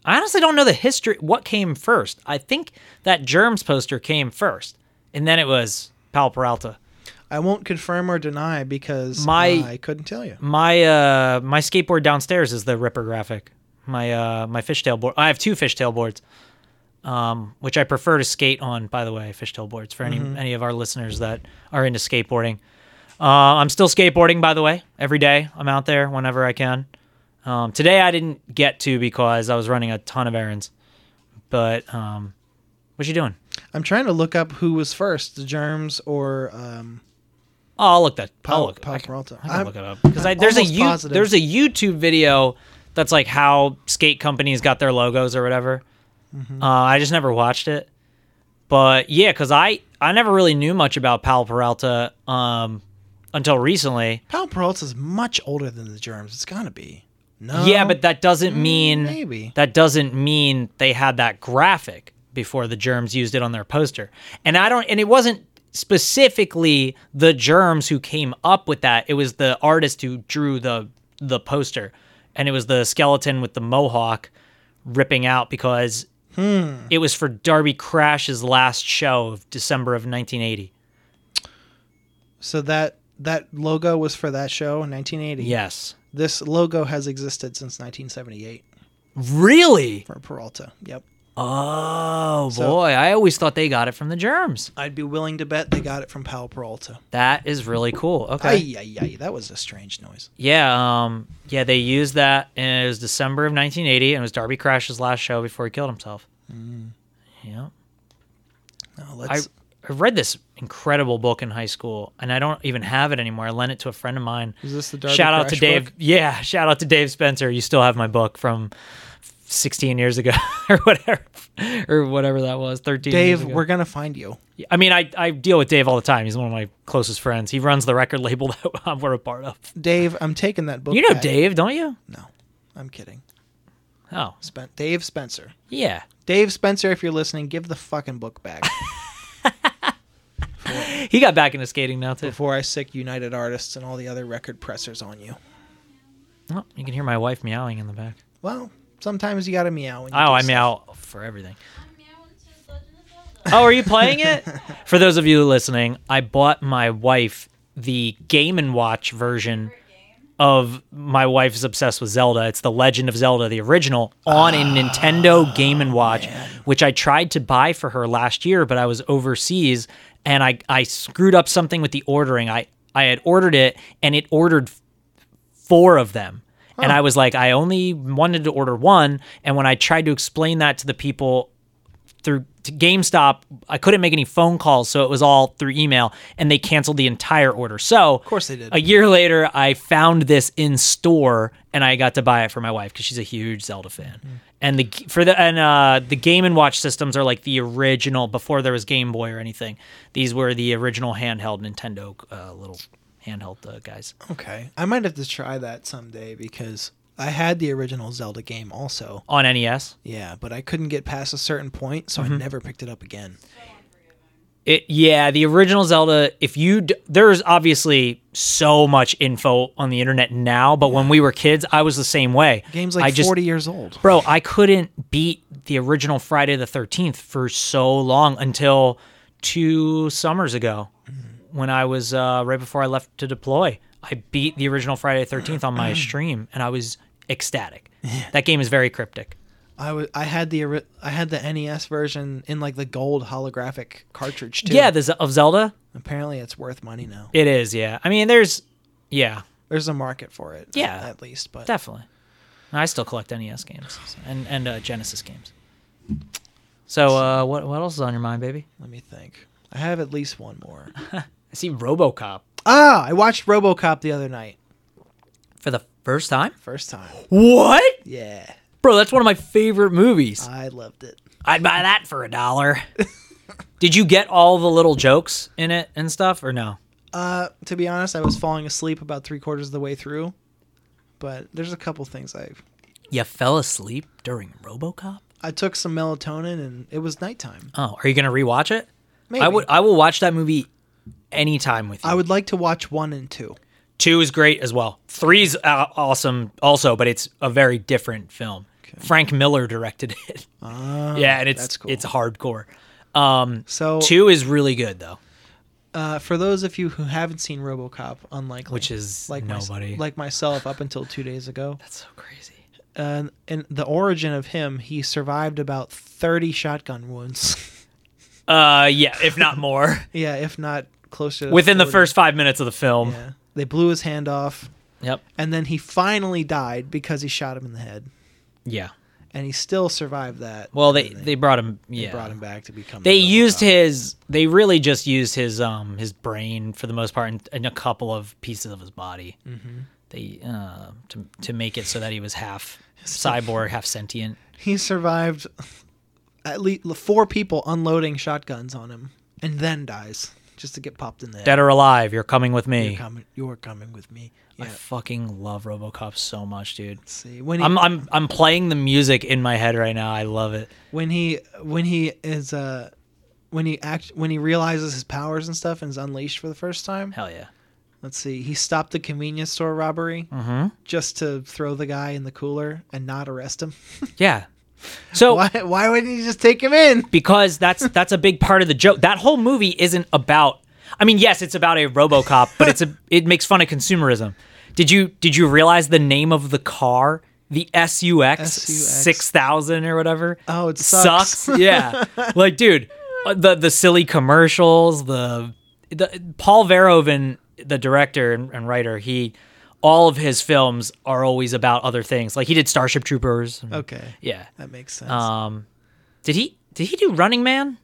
I honestly don't know the history. What came first? I think that Germs poster came first, and then it was Pal Peralta.
I won't confirm or deny because
My-
I couldn't tell you.
My uh, my skateboard downstairs is the Ripper graphic. My uh, my fishtail board. I have two fishtail boards, um, which I prefer to skate on. By the way, fishtail boards for any any of our listeners that are into skateboarding. Uh, I'm still skateboarding, by the way. Every day I'm out there whenever I can. Um, today I didn't get to because I was running a ton of errands. But um, what you doing?
I'm trying to look up who was first, the germs or um,
Oh, I'll look that. I'll
Powell,
look.
Powell
I can-
Peralta.
I
I'm-
can look it up because
I'm
there's a
almost
you,
positive.
there's a YouTube video that's like how skate companies got their logos or whatever.
Mm-hmm.
Uh, I just never watched it, but yeah, because I I never really knew much about Pal Peralta um, until recently.
Powell Peralta's much older than the germs. It's got to be. No.
yeah, but that doesn't mean
maybe.
that doesn't mean they had that graphic before the germs used it on their poster. And I don't and it wasn't specifically the germs who came up with that. It was the artist who drew the the poster. And it was the skeleton with the mohawk ripping out because it was for Darby Crash's last show of December of 1980.
So that that logo was for that show in 1980.
Yes.
This logo has existed since 1978
Really?
for Peralta. Yep.
Oh boy, I always thought they got it from the germs.
I'd be willing to bet they got it from Powell Peralta.
That is really cool. Okay.
Ay, ay, ay, that was a strange noise.
Yeah, um, yeah, they used that, and it was December of 1980, and it was Darby Crash's last show before he killed himself.
Mm.
Yeah,
No,
I,
let's.
I read this incredible book in high school, and I don't even have it anymore. I lent it to a friend of mine.
Is this the Darby
shout out to
Crash
Dave?
book?
Yeah, shout out to Dave Spencer. You still have my book from 16 years ago, or whatever, or whatever that was. 13. years
Dave,
ago.
we're gonna find you.
I mean, I I deal with Dave all the time. He's one of my closest friends. He runs the record label that we're a part of.
Dave, I'm taking that book.
You know
back.
Dave, don't you?
No. I'm kidding.
Oh,
Spen- Dave Spencer.
yeah.
Dave Spencer, if you're listening, give the fucking book back
He got back into skating now too.
before I sick United Artists and all the other record pressers on you.
Oh, you can hear my wife meowing in the back.
Well, sometimes you gotta meow. When you do
Oh, I
stuff.
meow for everything. Oh, are you playing it? For those of you listening, I bought my wife the Game and Watch version of my wife's obsessed with Zelda. It's the Legend of Zelda, the original, on a Nintendo Game and Watch, which I tried to buy for her last year, but I was overseas and I I screwed up something with the ordering. I I had ordered it and it ordered four of them. And I was like, I only wanted to order one. And when I tried to explain that to the people through to GameStop, I couldn't make any phone calls, so it was all through email, and they canceled the entire order. So, of
course they did.
A year later, I found this in store, and I got to buy it for my wife because she's a huge Zelda fan.
Hmm.
And the g- for the and uh, the Game and Watch systems are like the original before there was Game Boy or anything. These were the original handheld Nintendo uh, little handheld uh, guys.
Okay, I might have to try that someday because I had the original Zelda game also.
on E NES.
Yeah, but I couldn't get past a certain point, so
Mm-hmm.
I never picked it up again.
It yeah, the original Zelda. If you d- there's obviously so much info on the internet now, but when we were kids, I was the same way.
Game's like
I just,
forty years old.
bro. I couldn't beat the original Friday the Thirteenth for so long until two summers ago,
Mm-hmm.
when I was uh, right before I left to deploy. I beat the original Friday the Thirteenth on my stream, and I was ecstatic. That game is very cryptic.
I wa- I had the ori- I had the NES version in like the gold holographic cartridge too.
Yeah, the Z- of Zelda,
apparently it's worth money now.
it is. Yeah, I mean, there's yeah.
There's a market for it.
Yeah.
at least. But
Definitely. I still collect NES games so- and and uh, Genesis games. So uh, what what else is on your mind, baby?
let me think. I have at least one more.
I see RoboCop
ah, I watched RoboCop the other night,
for the first time.
first time.
What,
Yeah,
bro? That's one of my favorite movies.
I loved it.
I'd buy that for a dollar. Did you get all the little jokes in it and stuff, or no?
Uh, to be honest, I was falling asleep about three quarters of the way through, but there's a couple things I
You fell asleep during RoboCop.
I took some melatonin and it was nighttime.
Oh, are you gonna rewatch it?
Maybe
I would. I will watch that movie anytime with you.
I would like to watch one and two.
Two is great as well. Three's uh, awesome also, but it's a very different film. Frank Miller directed it. yeah, and it's
Ah, that's cool.
it's hardcore. Um,
So
two is really good though,
Uh, for those of you who haven't seen RoboCop, unlikely,
which is
like mys-
nobody.
like myself, up until two days ago,
that's so crazy.
uh, and the origin of him, he survived about thirty shotgun wounds.
Uh, yeah, if not more,
yeah, if not closer to
within the
40.
first five minutes of the film.
Yeah, they blew his hand off,
Yep.
and then he finally died because he shot him in the head,
Yeah.
and he still survived that.
Well, they
And
they brought him. Yeah.
they brought him back to become.
They
the
used
RoboCop.
his. They really just used his um his brain for the most part and, and a couple of pieces of his body. They uh, to to make it so that he was half cyborg, half sentient.
He survived at least four people unloading shotguns on him, and then dies just to get popped in the head.
Dead or alive, you're coming with me.
You're coming. You're coming with me. Yeah.
I fucking love RoboCop so much, dude.
Let's see when he
I'm I'm I'm playing the music in my head right now. I love it.
when he when he is uh when he act when he realizes his powers and stuff and is unleashed for the first time.
Hell yeah.
Let's see. He stopped the convenience store robbery
Mm-hmm.
just to throw the guy in the cooler and not arrest him.
Yeah. So
why why wouldn't he just take him in?
because that's that's a big part of the joke. That whole movie isn't about. I mean, yes, it's about a RoboCop, but it's a it makes fun of consumerism. Did you did you realize the name of the car, the SUX,
SUX.
six thousand or whatever?
Oh, it sucks.
Yeah, like dude, uh, the the silly commercials, the the Paul Verhoeven, the director and, and writer, he. All of his films are always about other things. Like he did Starship Troopers. and-
Okay,
Yeah.
that makes sense.
Um, did he did he do Running Man?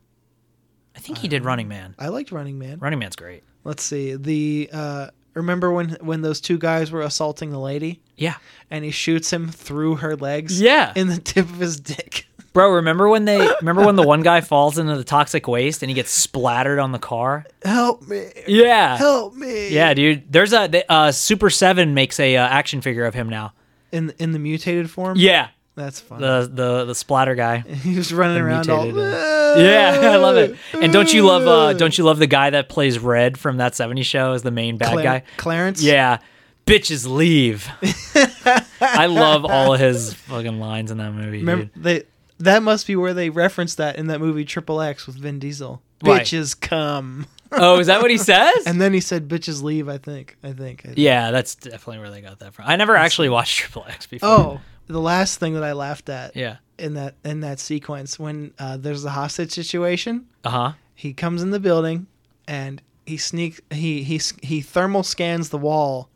I think he did Running Man.
I liked Running Man.
Running Man's great.
Let's see. The uh remember when when those two guys were assaulting the lady
Yeah,
and he shoots him through her legs?
Yeah.
In the tip of his dick.
bro. Remember when they remember when the one guy falls into the toxic waste and he gets splattered on the car?
Help me.
Yeah,
Help me.
yeah, dude. There's a the, uh, Super Seven makes a uh, action figure of him now.
in in the mutated form.
Yeah,
that's fun.
the the the splatter guy.
he was running
the
around all.
mutated, Yeah, I love it. And don't you love uh don't you love the guy that plays Red from that 70s show as the main bad
Clar-
guy?
Clarence?
Yeah. Bitches leave. I love all of his fucking lines in that movie.
Remember
dude.
they that must be where they referenced that in that movie Triple X with Vin Diesel.
Right.
Bitches come.
Oh, is that what he says?
And then he said bitches leave, I think. I think. I think.
yeah, that's definitely where they got that from. I never actually watched Triple X before.
Oh, the last thing that I laughed at
Yeah.
in that in that sequence when uh, there's a hostage situation,
Uh-huh.
he comes in the building and he sneaks he he s- he thermal scans the wall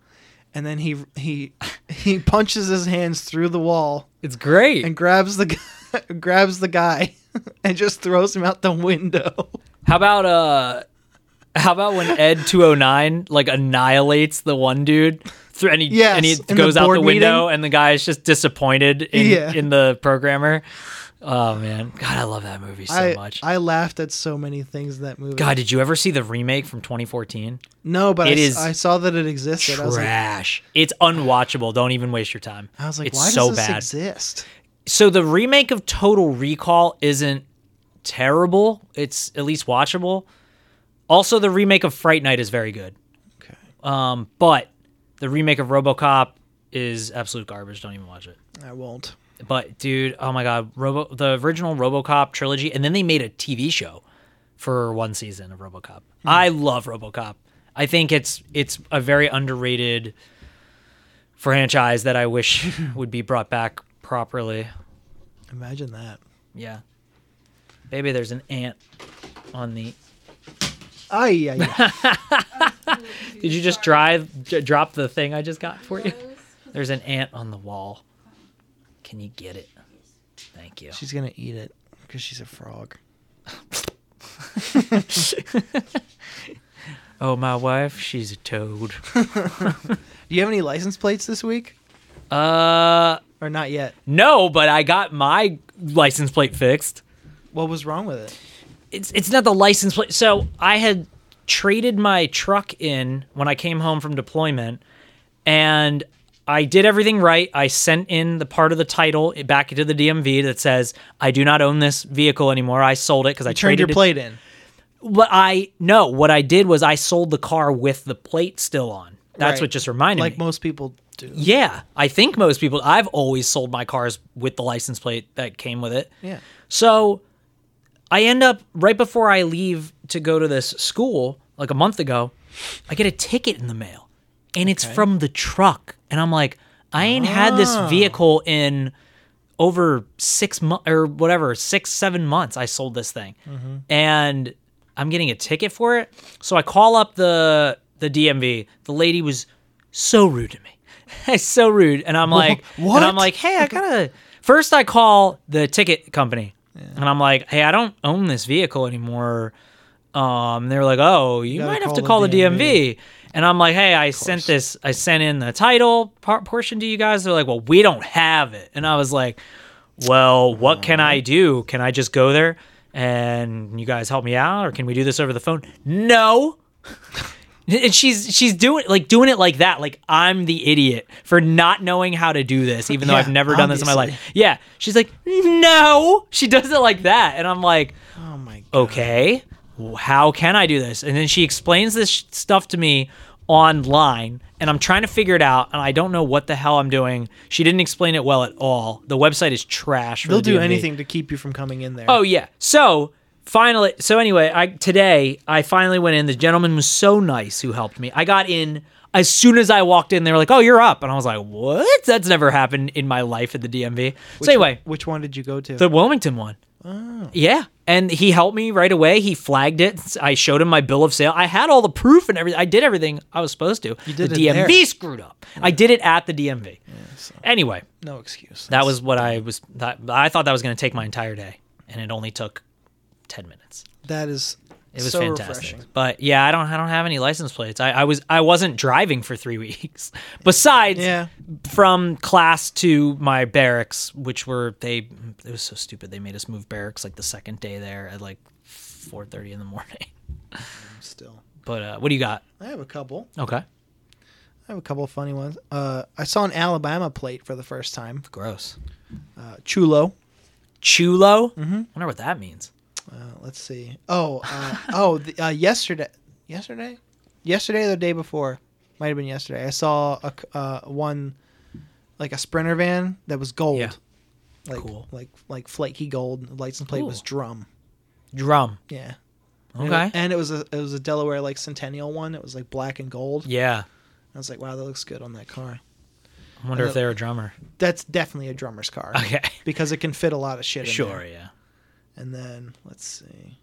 and then he he he punches his hands through the wall
It's great.
and grabs the guy, grabs the guy and just throws him out the window.
How about uh how about when Ed 209 like annihilates the one dude? through- And he,
Yes,
and he
in the
goes out
board
the window, and the guy is just disappointed in,
Yeah.
in the programmer. Oh man, God, I love that movie so
I
much.
I laughed at so many things in that movie.
God, did you ever see the remake from 2014?
no, but I,
it
s-
is
I saw that it existed. I was like,
Trash. it's unwatchable. Don't even waste your time.
I was like,
it's
why does
so
this
bad.
exist?
so the remake of Total Recall isn't terrible. It's at least watchable. Also, the remake of Fright Night is very good.
Okay.
Um, but the remake of RoboCop is absolute garbage. Don't even watch it.
I won't.
But dude, oh my god, Robo the original RoboCop trilogy, and then they made a TV show for one season of RoboCop. I love RoboCop. I think it's it's a very underrated franchise that I wish would be brought back properly.
Imagine that.
Yeah. Baby, there's an ant on the.
Ay, yeah, yeah.
Did you just drive j- drop the thing I just got for you? There's an ant on the wall. Can you get it? Thank you.
she's gonna eat it because she's a frog.
oh, my wife, she's a toad.
Do you have any license plates this week
Uh,
or not yet?
no, but I got my license plate fixed.
What was wrong with it?
It's it's not the license plate. So I had traded my truck in when I came home from deployment, and I did everything right. I sent in the part of the title back into the DMV that says I do not own this vehicle anymore. I sold it because I
Turned
traded
your
it-
plate in.
What I no, what I did was I sold the car with the plate still on. That's
Right.
what just reminded
Like
me.
most people do.
yeah, I think most people. I've always sold my cars with the license plate that came with it.
Yeah.
So I end up right before I leave to go to this school, like a month ago, I get a ticket in the mail and it's from the truck. And I'm like, I ain't had this vehicle in over six months or whatever, six, seven months. I sold this thing and I'm getting a ticket for it. So I call up the, the DMV. The lady was so rude to me. so rude. And I'm like,
What?
and I'm like, hey, I gotta. First, I call the ticket company, and I'm like, hey, I don't own this vehicle anymore. Um, they're like, oh, you,
gotta
might have
call
to
the
call the DMV.
DMV.
And I'm like, hey, I sent this, I sent in the title par- portion to you guys. They're like, well, we don't have it. And I was like, well, what can I do? Can I just go there and you guys help me out, or can we do this over the phone? No. And she's she's doing like doing it like that, like I'm the idiot for not knowing how to do this, even though
Yeah,
I've never done this in my
obviously.
life. Yeah, she's like, no, she does it like that, and I'm like,
Oh my god.
okay, w- how can I do this? And then she explains this sh- stuff to me online, and I'm trying to figure it out, and I don't know what the hell I'm doing. She didn't explain it well at all. The website is trash. For
They'll
the
do
DMV.
anything to keep you from coming in there.
Oh yeah. So finally, so anyway, I today I finally went in. The gentleman was so nice who helped me. I got in as soon as I walked in. They were like, "Oh, you're up," and I was like, "What? That's never happened in my life at the DMV." so anyway,
Which one did you go to?
the Wilmington one.
Oh.
Yeah. And he helped me right away. He flagged it. I showed him my bill of sale. I had all the proof and everything. I did everything I was supposed to. You
did
the
it
DMV
there.
screwed up. I did it at the DMV. Anyway,
no excuse.
that was what I was. That, I thought that was going to take my entire day, and it only took ten minutes.
that is
It was
so
fantastic.
refreshing.
But yeah, I don't. I don't have any license plates. I, I was. I wasn't driving for three weeks. Besides,
Yeah.
from class to my barracks, which were they. It was so stupid. They made us move barracks like the second day there at like four thirty in the morning.
Still.
But uh, what do you got?
I have a couple.
Okay.
I have a couple of funny ones. Uh, I saw an Alabama plate for the first time.
Gross.
Uh, chulo.
Chulo. Mm-hmm. I wonder what that means.
Uh, let's see. Oh, uh, oh, the, uh, yesterday, yesterday, yesterday, or the day before, might have been yesterday. I saw a c- uh, one, like a sprinter van that was gold,
Yeah.
like
Cool.
like like flaky gold. The license plate was
Cool.
drum.
Drum.
Yeah. And it-
Okay.
And it was a it was a Delaware like Centennial one. It was like black and gold.
Yeah.
I was like, wow, that looks good on that car.
I wonder
And
if
the-
they're a drummer.
That's definitely a drummer's car.
Okay.
Because it can fit a lot of shit. In
Sure.
There.
Yeah.
And then let's see.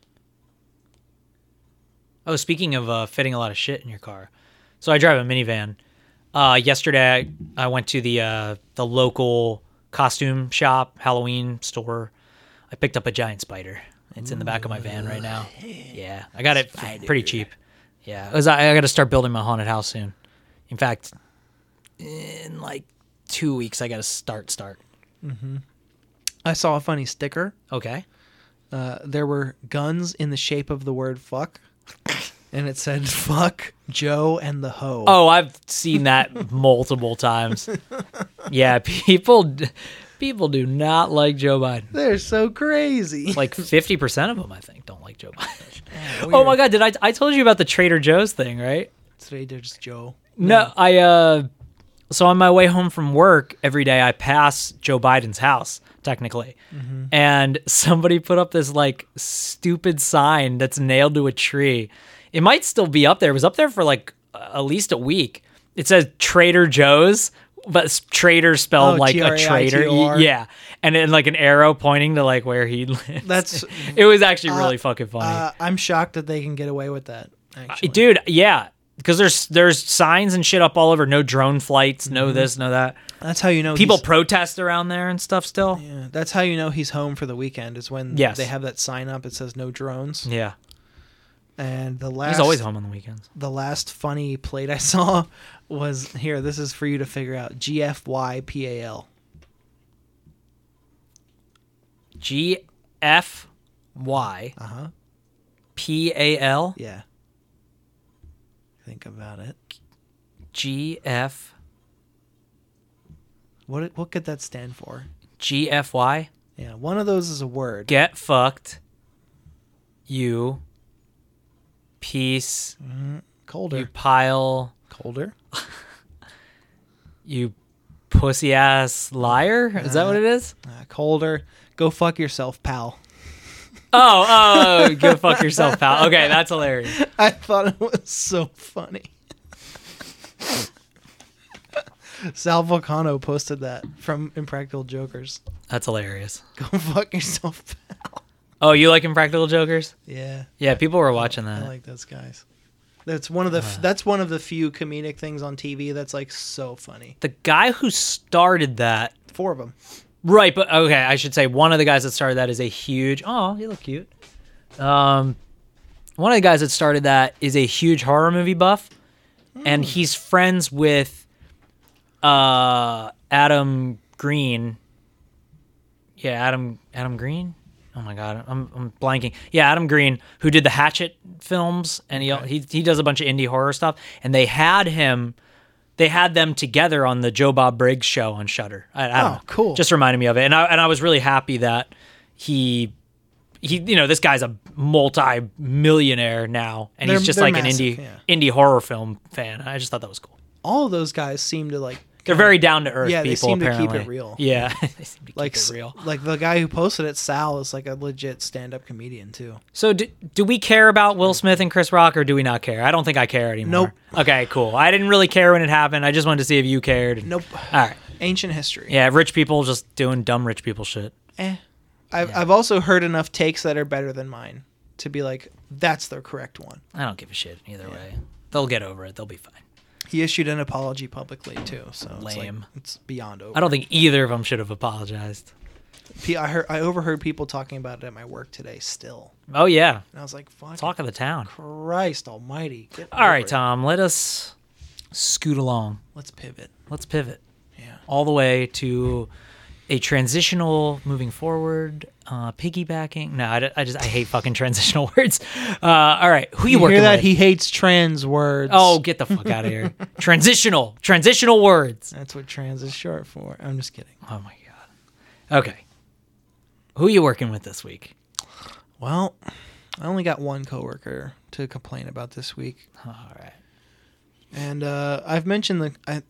Oh, speaking of uh, fitting a lot of shit in your car, so I drive a minivan. Uh, yesterday, I, I went to the uh, the local costume shop, Halloween store. I picked up a giant spider. It's in the back of my van right now. Yeah, I got it for pretty cheap. Yeah, 'cause I, I got to start building my haunted house soon. In fact, in like two weeks, I got to start start.
I saw a funny sticker.
Okay.
Uh, there were guns in the shape of the word fuck. And it said fuck Joe and the hoe.
Oh, I've seen that multiple times. Yeah, people d- people do not like Joe Biden.
They're so crazy.
like 50% of them i think don't like joe biden oh my god did i i told you about the trader joe's thing right
Today there's Joe.
no, i uh so on my way home from work every day i pass joe biden's house technically
Mm-hmm.
and somebody put up this like stupid sign that's nailed to a tree it might still be up there it was up there for like a- at least a week it says trader joe's but s- trader spelled
Oh,
like a traitor
T-R-A-I-T-O-R.
yeah and then like an arrow pointing to like where he lives
That's
it was actually really
Uh,
fucking funny,
uh, I'm shocked that they can get away with that. Actually.
dude. Yeah, because there's there's signs and shit up all over. No drone flights, no this, no that.
That's how you know
People
he's-
protest around there and stuff still. Yeah.
Yeah, that's how you know he's home for the weekend is when
Yes.
they have that sign up. It says no drones. And the last
he's always home on the weekends.
the last funny plate I saw was here. This is for you to figure out. G F Y P A L.
G F Y
Uh huh.
P A L
Yeah. Think about it.
G F
What what could that stand for?
G F Y.
Yeah, one of those is a word.
Get fucked. You. Piece.
Colder.
You pile.
Colder.
You pussy ass liar. Is that what it is?
Uh, colder. Go fuck yourself, pal.
Oh, oh, go fuck yourself, pal. Okay, that's hilarious.
I thought it was so funny. Sal Volcano posted that from Impractical Jokers.
That's hilarious.
Go fuck yourself, pal.
Oh, you like Impractical Jokers?
Yeah,
Yeah, people were watching
I
that.
like those guys. That's one of the
uh,
f- that's one of the few comedic things on TV that's like so funny.
the guy who started that,
Four of them.
right? But okay, I should say one of the guys that started that is a huge. Oh, you look cute. Um, one of the guys that started that is a huge horror movie buff,
Hmm.
and he's friends with, uh, Adam Green. Yeah, Adam Adam Green. Oh my god, I'm, I'm blanking. Yeah, Adam Green, who did the Hatchet films, and he, he he does a bunch of indie horror stuff. And they had him, they had them together on the Joe Bob Briggs show on Shutter. I, I don't
Oh,
know.
cool.
Just reminded me of it, and I and I was really happy that he. He, you know, this guy's a multi-millionaire now, and
They're-
he's just
they're
like
massive,
an indie
yeah.
indie horror film fan. I just thought that was cool.
All of those guys seem to like
They're very down to earth.
Yeah, they
people,
seem to keep it
apparently.
real.
Yeah, they seem to
like
keep it
s-
real.
like the guy who posted it. Sal is like a legit stand up comedian too.
So do, do we care about Will Smith and Chris Rock or do we not care? I don't think I care anymore. Nope. Okay, cool. I didn't really care when it happened. I just wanted to see if you cared.
Nope.
All right.
Ancient history.
Uh, Yeah, rich people just doing dumb rich people shit.
eh. I've, I've also heard enough takes that are better than mine to be like, that's the correct one.
I don't give a shit either way. They'll get over it. They'll be fine.
He issued an apology publicly too, so it's like-
Lame.
it's beyond over.
I don't think either of them should have apologized.
P- I heard I overheard people talking about it at my work today still,
Oh yeah,
and I was like, fuck,
talk of the town.
Christ Almighty. Get
All right,
over it.
Tom. Let us scoot along.
Let's pivot.
Let's pivot.
Yeah.
all the way to a transitional moving forward uh, piggybacking. No, I, d- I just I hate fucking transitional words. Uh, all right, who you,
You
working
hear that?
with?
He hates trans words.
oh, get the fuck out of here. transitional, transitional words.
that's what trans is short for. I'm just kidding.
Oh my god. Okay, who you working with this week?
Well, I only got one coworker to complain about this week,
All right.
and uh, I've mentioned the I,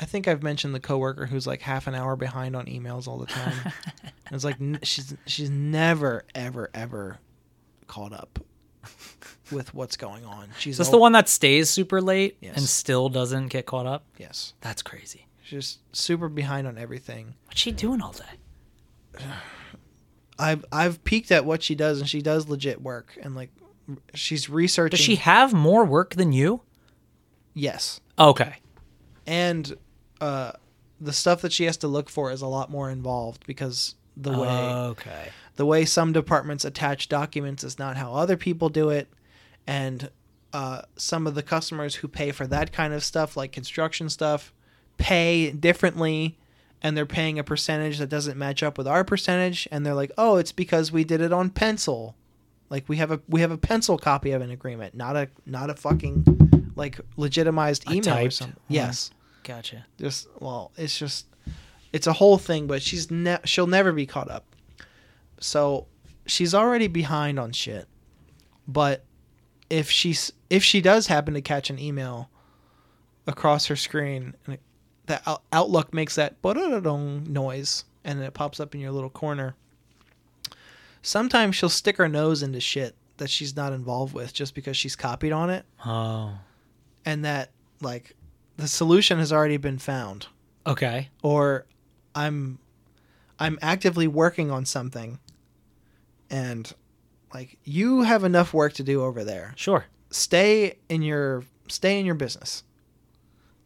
I think I've mentioned the coworker who's like half an hour behind on emails all the time. And it's like n- she's she's never ever ever caught up with what's going on. She's
Is this
al-
the one that stays super late
Yes.
and still doesn't get caught up?
Yes,
That's crazy.
she's just super behind on everything.
What's she doing all day?
I've I've peeked at what she does, and she does legit work, and like r- she's researching.
Does she have more work than you?
Yes,
Okay.
and uh, the stuff that she has to look for is a lot more involved because the way
Oh. Okay.
the way some departments attach documents is not how other people do it, and uh, some of the customers who pay for that kind of stuff, like construction stuff, pay differently, and they're paying a percentage that doesn't match up with our percentage, and they're like, "Oh, it's because we did it on pencil." Like we have a we have a pencil copy of an agreement, not a not a fucking like legitimized email or
typed
something.
one.
Yes
Gotcha.
just well it's just it's a whole thing but she's ne- she'll never be caught up so she's already behind on shit but if she's if she does happen to catch an email across her screen and it, the out- outlook makes that ba-da-da-dong noise and then it pops up in your little corner sometimes she'll stick her nose into shit that she's not involved with just because she's copied on it
Oh.
and that like the solution has already been found
Okay.
or I'm I'm actively working on something and like you have enough work to do over there.
Sure.
Stay in your stay in your business.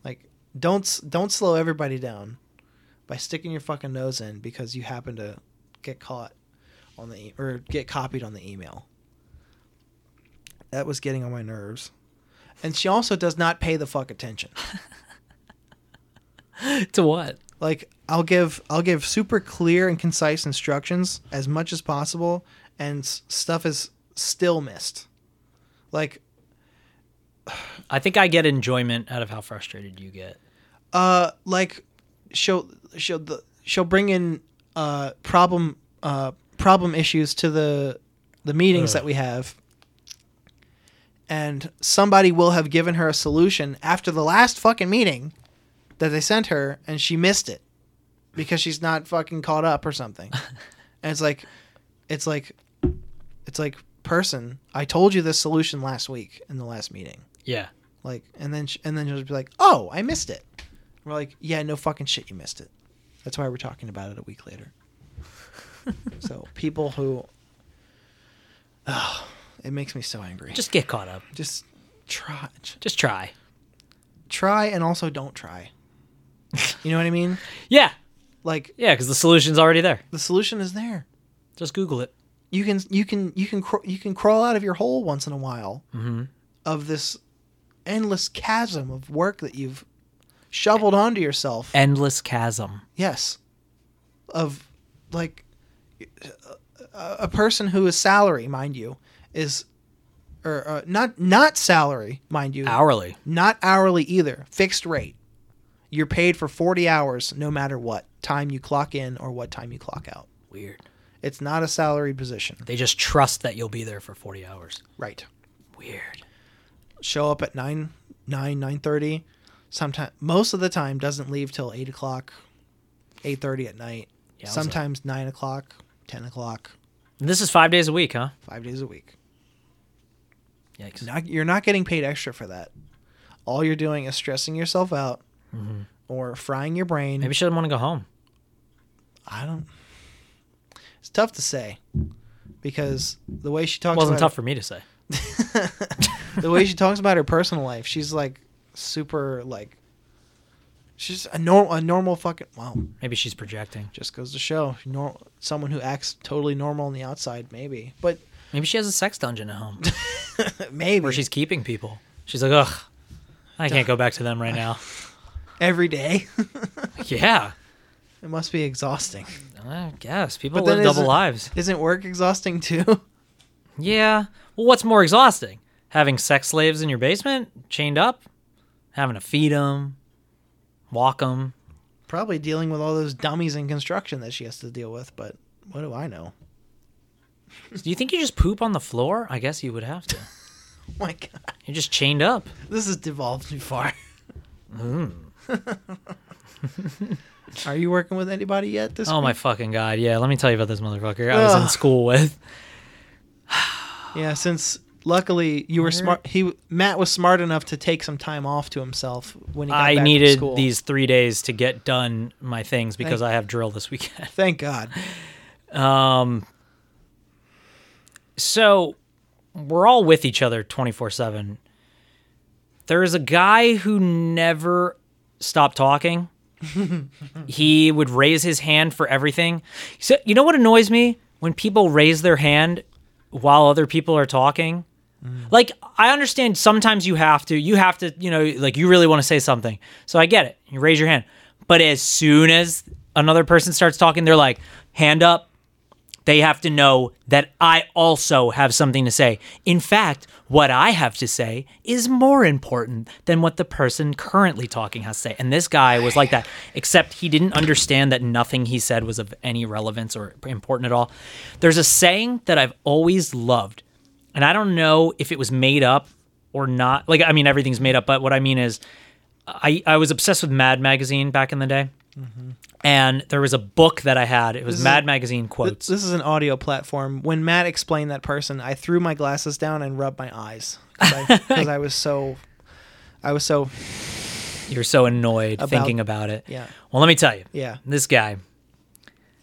Like don't s- don't slow everybody down by sticking your fucking nose in because you happen to get caught on the e- or get copied on the email. That was getting on my nerves. And she also does not pay the fuck attention
to what?
like I'll give I'll give super clear and concise instructions as much as possible, and s- stuff is still missed. Like,
I think I get enjoyment out of how frustrated you get.
uh, like she'll she'll the, she'll bring in uh problem uh problem issues to the the meetings
Ugh.
that we have, and somebody will have given her a solution after the last fucking meeting that they sent her, and she missed it because she's not fucking caught up or something. And it's like, it's like, it's like, person, I told you this solution last week in the last meeting.
Yeah.
Like, and then, sh- and then she'll just be like, oh, I missed it. We're like, yeah, no fucking shit, you missed it. That's why we're talking about it a week later. so people who, oh, it makes me so angry. Just,
Just get caught up.
just try,
Just try.
try, and also don't try. You know what I mean?
Yeah.
Like
Yeah, because the solution's already there.
the solution is there.
Just Google it.
you can you can you can cr- you can crawl out of your hole once in a while of this endless chasm of work that you've shoveled onto yourself.
Endless chasm.
Yes, of like a, a person who is salary, mind you, is or uh, not not salary, mind you,
Hourly.
not hourly either, fixed rate. You're paid for 40 hours no matter what time you clock in or what time you clock out.
Weird.
It's not a salaried position.
They just trust that you'll be there for 40 hours.
Right.
Weird.
show up at nine nine nine thirty. Sometimes most of the time doesn't leave till eight o'clock, eight thirty at night.
Yeah, I was
Sometimes nine o'clock, ten o'clock,
And this is five days a week, huh?
five days a week.
Yikes.
Not, you're not getting paid extra for that. All you're doing is stressing yourself out or frying your brain.
Maybe she doesn't want to go home.
I don't. It's tough to say because the way she talks
wasn't
about
tough for me to say.
the way she talks about her personal life, she's like super like. She's a normal, a normal fucking. Wow,
Maybe she's projecting.
just goes to show nor- someone who acts totally normal on the outside maybe but
Maybe she has a sex dungeon at home
maybe
where she's keeping people. She's like, ugh, I can't go back to them right now.
every day
Yeah.
It must be exhausting.
I guess people
But then
live double
isn't-
lives.
Isn't work exhausting too?
Yeah. Well, what's more exhausting? Having sex slaves in your basement, chained up, having to feed them, walk them.
Probably dealing with all those dummies in construction that she has to deal with, but what do I know?
Do you think you just poop on the floor? I guess you would have to.
Oh my god.
You're just chained up.
This has devolved too far.
Mm.
Are you working with anybody yet this
Oh my fucking god! Yeah, let me tell you about this motherfucker. I was in
Ugh.
school with.
Yeah, since luckily you were
Where-
smart. He Matt was smart enough to take some time off to himself when he got back
I
from
needed
school.
these three days to get done my things because I have drill this weekend.
Thank God.
Um, so we're all with each other 24 7. There is a guy who never stopped talking. he would raise his hand for everything. So, you know what annoys me? When people raise their hand while other people are talking. Like, I understand sometimes you have to, you have to, you know, like you really want to say something. So I get it. You raise your hand. But as soon as another person starts talking, they're like, hand up, they have to know that I also have something to say. In fact, what I have to say is more important than what the person currently talking has to say. And this guy was like that, except he didn't understand that nothing he said was of any relevance or important at all. There's a saying that I've always loved, and I don't know if it was made up or not. Like, I mean, everything's made up, but what I mean is, I, I was obsessed with Mad Magazine back in the day. And there was a book that I had. It was
Mm-hmm. This is
Mad
a-
Magazine
Th-
quotes.
This is an audio platform. When Matt explained that person, I threw my glasses down and rubbed my eyes because I, was so, I was so
You're so annoyed
About-
thinking about it.
yeah
Well, let me tell you.
yeah.
This guy.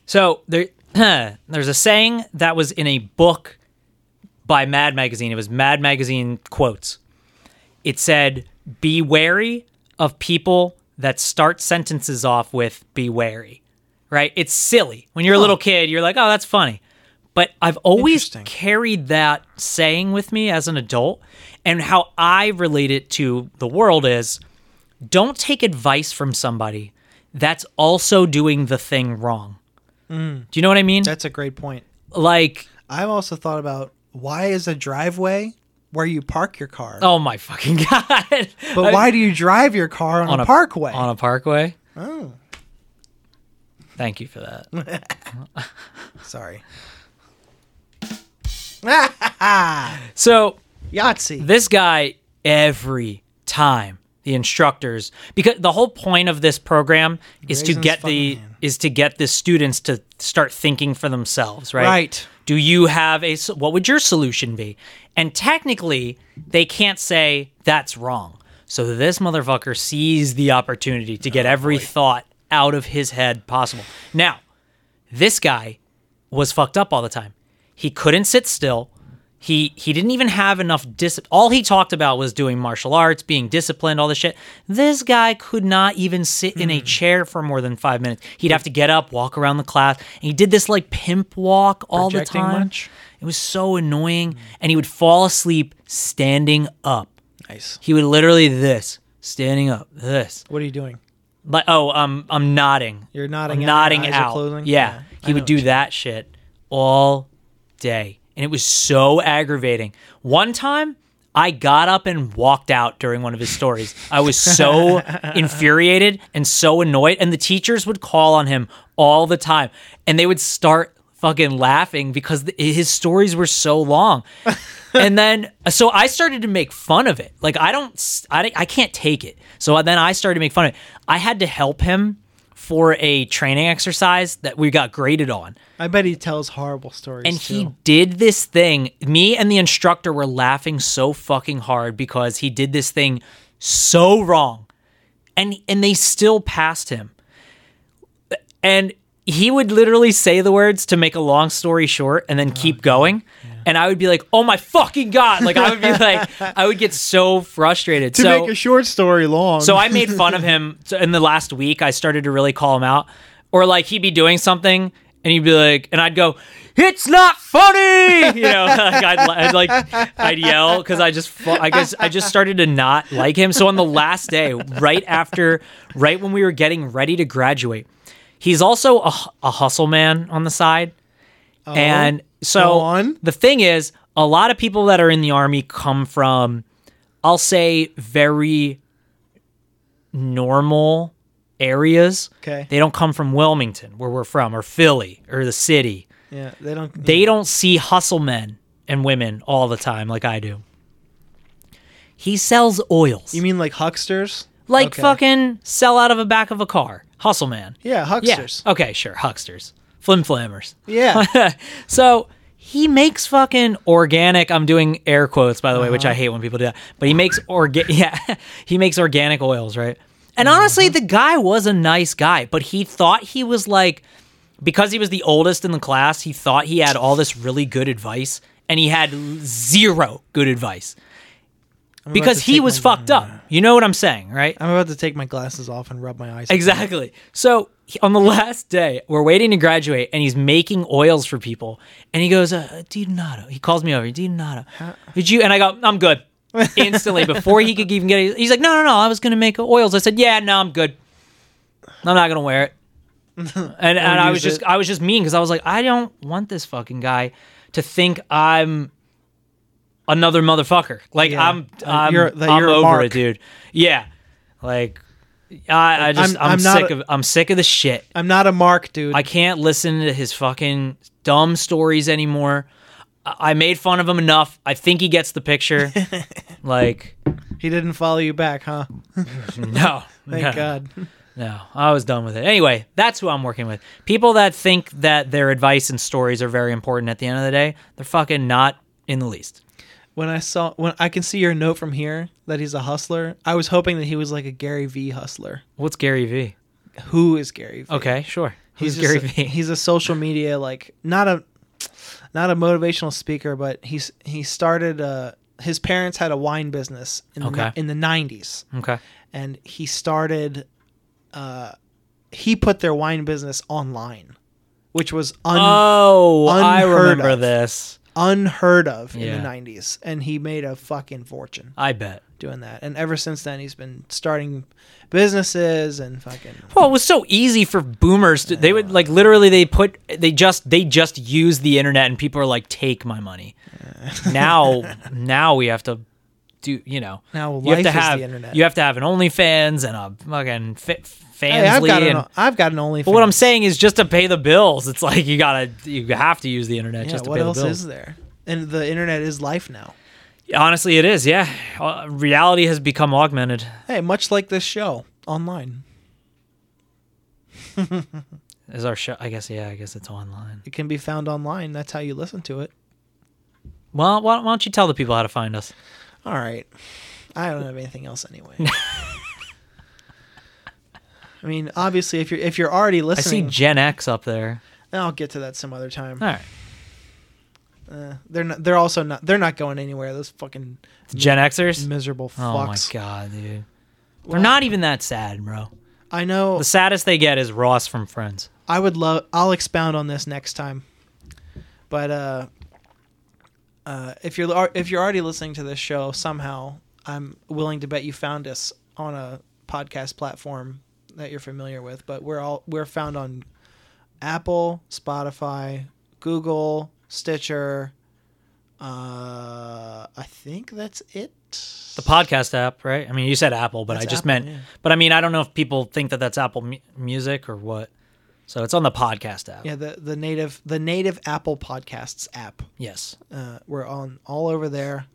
So there, there's a saying that was in a book by Mad Magazine. It was Mad Magazine quotes. It said, "Be wary of people that start sentences off with be wary." Right? It's silly. When you're a little kid, you're like, "Oh, that's funny." But I've always
Interesting.
carried that saying with me as an adult, and how I relate it to the world is don't take advice from somebody that's also doing the thing wrong.
Mm.
Do you know what I mean?
That's a great point.
like,
I've also thought about why is a driveway where you park your car,
oh my fucking god!
but why do you drive your car on, a, parkway?
On a parkway.
oh, Mm.
Thank you for that.
sorry.
So
Yahtzee.
this guy every time the instructors because the whole point of this program is to
Raisins
get the
fucking hand.
is to get the students to start thinking for themselves, right?
Right.
Do you have a s- what would your solution be? And technically, they can't say that's wrong. So this motherfucker sees the opportunity to
Oh,
get every thought out of his head possible. Now, this guy was fucked up all the time. He couldn't sit still. He he didn't even have enough dis. All he talked about was doing martial arts, being disciplined, all this shit. This guy could not even sit in a
Mm-hmm.
chair for more than five minutes. He'd have to get up, walk around the class, and he did this like pimp walk all the
Projecting
time.
much? Mm.
It was so annoying, and he would fall asleep standing up.
Nice.
He would literally this standing up, this
What are you doing?
like oh um I'm nodding.
You're
I'm
nodding out, your
nodding
eyes are
out.
closing?
Yeah.
Yeah, I
He
know
would
what
do that shit all day. And it was so aggravating. One time I got up and walked out during one of his stories. I was so infuriated and so annoyed. And the teachers would call on him all the time. And they would start fucking laughing because th- his stories were so long. and then so I started to make fun of it. Like I don't s- I, don't- I can't take it. So then I started to make fun of it. I had to help him for a training exercise that we got graded on.
I bet he tells horrible stories.
And he
too.
did this thing. Me and the instructor were laughing so fucking hard because he did this thing so wrong. And and they still passed him. And he would literally say the words to make a long story short and then keep going. And I would be like, "Oh my fucking god!" Like I would be like, I would get so frustrated.
to
so
make a short story long.
so I made fun of him So in the last week. I started to really call him out, or like he'd be doing something and he'd be like, and I'd go, "It's not funny," you know. like I'd, I'd like I'd yell because I just fu- I guess I just started to not like him. So on the last day, right after, right when we were getting ready to graduate, He's also a, hu- a hustle man on the side. and
Oh? go
so
on.
the thing is, a lot of people that are in the army come from, I'll say, very normal areas.
Okay.
They don't come from Wilmington, where we're from, or Philly, or the city.
yeah, they don't.
They don't see hustle men and women all the time like I do. He sells oils.
You mean like hucksters?
like
Okay.
fucking sell out of a back of a car. Hustle man.
Yeah, hucksters.
Yeah. Okay, sure. Hucksters. Flim flammers.
Yeah.
so he makes fucking organic. I'm doing air quotes by the way,
Uh-huh.
which I hate when people do that. But he makes orga- Yeah, he makes organic oils, right? And
Mm-hmm.
honestly, the guy was a nice guy, but he thought he was like because he was the oldest in the class. He thought he had all this really good advice, and he had zero good advice because
to
he
take
was
my-
fucked up. You know what I'm saying, right?
I'm about to take my glasses off and rub my eyes.
Exactly. So he- on the last day, we're waiting to graduate, and he's making oils for people. And he goes, uh, "Diodato." He calls me over. Diodato. Did you? And I go, "I'm good." Instantly, before he could even get it, he's like, "No, no, no. I was gonna make oils." I said, "Yeah, no, I'm good. I'm not gonna wear it." And and I was
use
just
it.
I was just mean because I was like, I don't want this fucking guy to think I'm another motherfucker. Like
Yeah.
I'm
Uh,
I'm,
you're- that
I'm
you're a
over
mark.
it, dude. Yeah, like I, I just
I'm-
I'm,
I'm not
sick
a-
of I'm sick of the shit.
I'm not a mark, dude.
I can't listen to his fucking dumb stories anymore. I, I made fun of him enough. I think he gets the picture. like
he didn't follow you back, huh?
no,
Thank
no,
God.
No, I was done with it. Anyway, that's who I'm working with. People that think that their advice and stories are very important at the end of the day, they're fucking not in the least.
When I saw when I can see your note from here that he's a hustler, I was hoping that he was like a Gary V hustler.
What's Gary Vee?
Who is Gary V?
Okay, sure. Oh, Who's
he's
Gary
just
Vee?
A, he's a social media like not a not a motivational speaker, but he's he started uh his parents had a wine business in the,
Okay.
ni- in the 90s
okay.
and he started uh he put their wine business online, which was un-
Oh, I
unheard
remember
of.
this.
unheard of
Yeah.
in the 90s and he made a fucking fortune
I bet.
doing that. And ever since then he's been starting businesses and fucking
Well, it was so easy for boomers. To, they would like literally they put they just they just use the internet and people are like take my money. now now we have to do you know
Now
you have
life
to
is the
have
internet.
you have to have an OnlyFans and a fucking fi-
Hey, I've
Fansly
got
and.
an I've got an OnlyFans.
but what I'm saying is just to pay the bills. It's like you gotta, you have to use the internet
yeah,
just to
what
pay
else
the bills.
is there? And the internet is life now.
Honestly, it is. Yeah, uh, reality has become augmented.
Hey, much like this show online,
Is our show? I guess. Yeah, I guess it's online.
it can be found online. That's how you listen to it.
Well, why, why don't you tell the people how to find us?
All right. I don't have anything else anyway. I mean, obviously, if you're if you're already
I see
listening,
Gen X up there.
I'll get to that some other time.
All right,
Uh, they're not. They're also not. They're not going anywhere. Those fucking
It's Gen Xers.
miserable
Oh my
fucks.
god, dude. They're not even that sad, bro.
I know.
The saddest they get is Ross from Friends.
I would love. I'll expound on this next time. But uh, uh, if you're al- if you're already listening to this show somehow, I'm willing to bet you found us on a podcast platform that you're familiar with. But we're all we're found on Apple, Spotify, Google, Stitcher. Uh, I think that's it.
The podcast app, right? I mean, you said Apple, but I
That's
just meant.
Apple, yeah.
But I mean, I don't know if people think that that's Apple mu- Music or what. So it's on the podcast app.
Yeah, the the native the native Apple Podcasts app.
Yes.
uh, we're on all over there.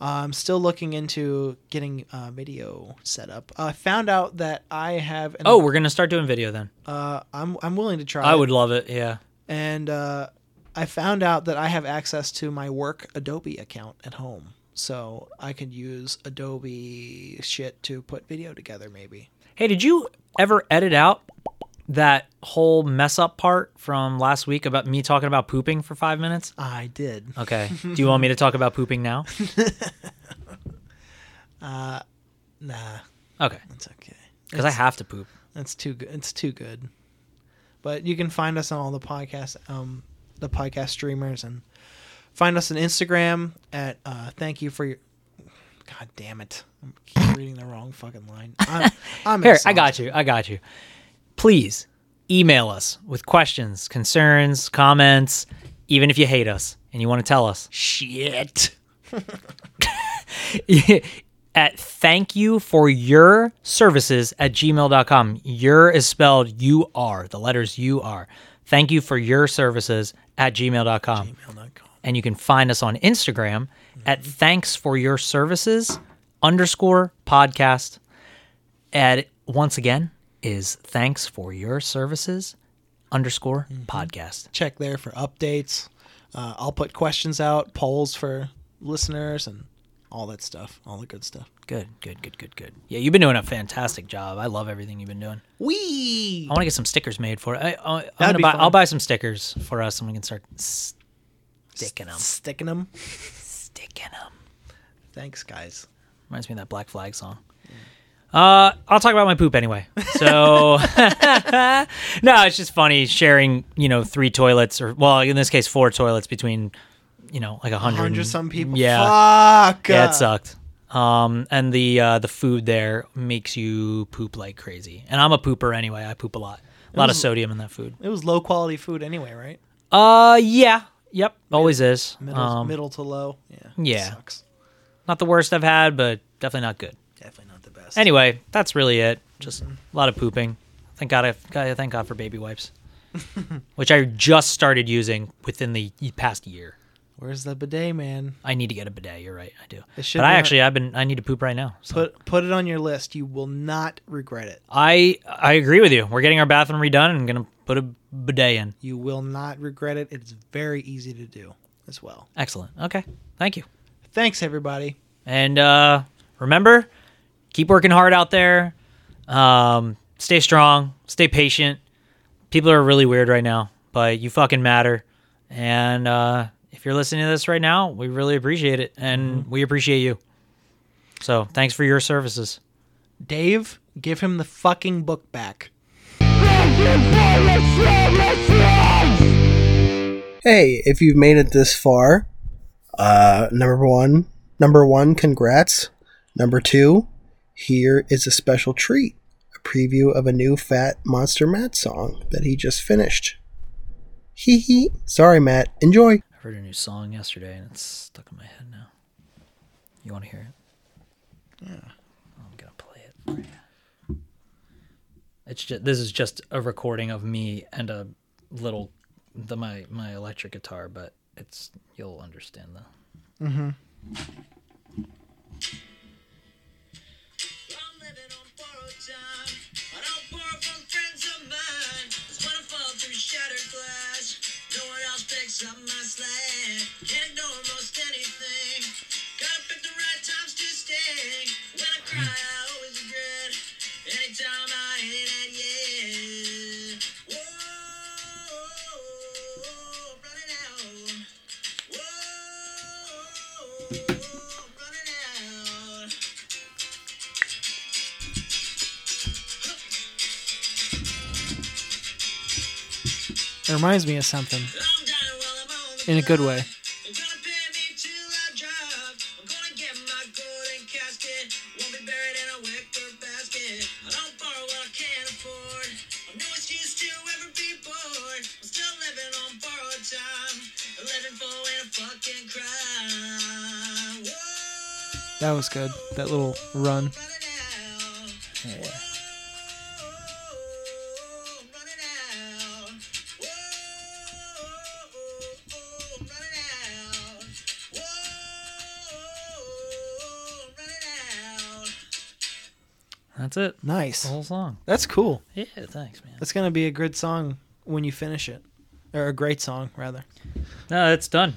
Uh, I'm still looking into getting uh, video set up. I found out that I have. An,
Oh, we're gonna start doing video then.
uh, I'm I'm willing to try.
I
it.
would love it. Yeah.
And uh, I found out that I have access to my work Adobe account at home, so I could use Adobe shit to put video together. Maybe.
Hey, did you ever edit out that whole mess up part from last week about me talking about pooping for five minutes?
I did.
Okay. Do you want me to talk about pooping now?
Uh, Nah,
Okay.
it's okay.
Because I have to poop.
That's too good. It's too good. But you can find us on all the podcast, um, the podcast streamers, and find us on Instagram at uh, thank you for your. God damn it! I'm keep reading the wrong fucking line. I'm, I'm
Here, I got
exhausted.
you. I got you. Please Email us with questions, concerns, comments, even if you hate us and you want to tell us.
Shit.
at thank you for your services at gmail.com. Your is spelled U R, the letters U R. Thank you for your services at gmail.com. And you can find us on Instagram at
Mm-hmm.
thanks for your services underscore podcast. And once again, is thanks for your services underscore
Mm-hmm.
podcast.
Check there for updates. Uh, I'll put questions out, polls for listeners, and all that stuff. All the good stuff.
Good, good, good, good, good. Yeah, you've been doing a fantastic job. I love everything you've been doing.
Wee.
I want to get some stickers made for it. I, I, I'm
That'd
gonna
be
buy,
fun.
I'll buy some stickers for us, and we can start sticking them.
Sticking them.
Sticking them.
Thanks, guys.
Reminds me of that Black Flag song. Uh, I'll talk about my poop anyway. So, no, it's just funny sharing, you know, three toilets or, well, in this case, four toilets between, you know, like a hundred.
Hundred some people.
Yeah.
Fuck.
Yeah, it sucked. Um, and the uh, the food there makes you poop like crazy. And I'm a pooper anyway. I poop a lot. A lot of sodium in that food.
It was low quality food anyway, right?
Uh, yeah, yep, always is.
Middle,
um,
middle to low. Yeah.
yeah.
Sucks.
not the worst I've had, but definitely not good.
Definitely not the best.
Anyway, that's really it. Just a lot of pooping. Thank God, I God- thank God for baby wipes, which I just started using within the y- past year.
Where's the bidet, man?
I need to get a bidet. You're right, I do.
It
But
should
I
not-
actually, I've been, I need to poop right now. So
Put put it on your list. You will not regret it.
I, I agree with you. We're getting our bathroom redone, and I'm gonna put a bidet in.
You will not regret it. It's very easy to do as well.
Excellent. Okay, thank you.
Thanks, everybody.
And uh, remember, keep working hard out there. Um, stay strong. Stay patient. People are really weird right now, but you fucking matter. And uh, if you're listening to this right now, we really appreciate it, and we appreciate you. So thanks for your services.
Dave, give him the fucking book back.
hey, if you've made it this far, uh, number one, number one, congrats. Number two, here is a special treat: a preview of a new Fat Monster Matt song that he just finished. Hee hee. Sorry, Matt. Enjoy.
I heard a new song yesterday, and it's stuck in my head now. You want to hear it? Yeah. I'm gonna play it. For ya. It's just this is just a recording of me and a little the my my electric guitar, but it's you'll understand though.
I'm living on borrowed time. I don't borrow from friends of mine. Cause when I fall through shattered glass, no one else picks up my slack. Can't ignore most anything. Gotta pick the right times to sting. When I cry, I always regret. Anytime I ain't at yet. Whoa, I'm running out. Whoa, I'm running out.
It reminds me of something
I'm dying while I'm on the
in a good way.
You're gonna pay me till I drop. I'm gonna get my golden casket. Won't be buried in a wicker basket. I don't borrow what I can't afford. I'm no excuse to ever be bored. I'm still living on borrowed time. Living for a fucking crime. Whoa,
That was good. That little run.
running out. Whoa, I'm running out. Whoa, I'm running out. Whoa, I'm running out.
That's it. The
Nice.
whole song.
That's cool.
Yeah, thanks, man.
That's gonna be a good song when you finish it, or a great song rather.
No, it's done.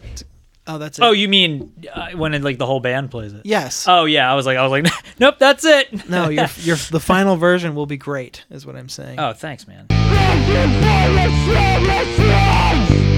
Oh, that's it.
Oh, you mean uh, when like the whole band plays it?
yes.
Oh yeah, I was like I was like nope, that's it.
no, your your the final version will be great, is what I'm saying.
Oh, thanks, man.
Thank you for your services.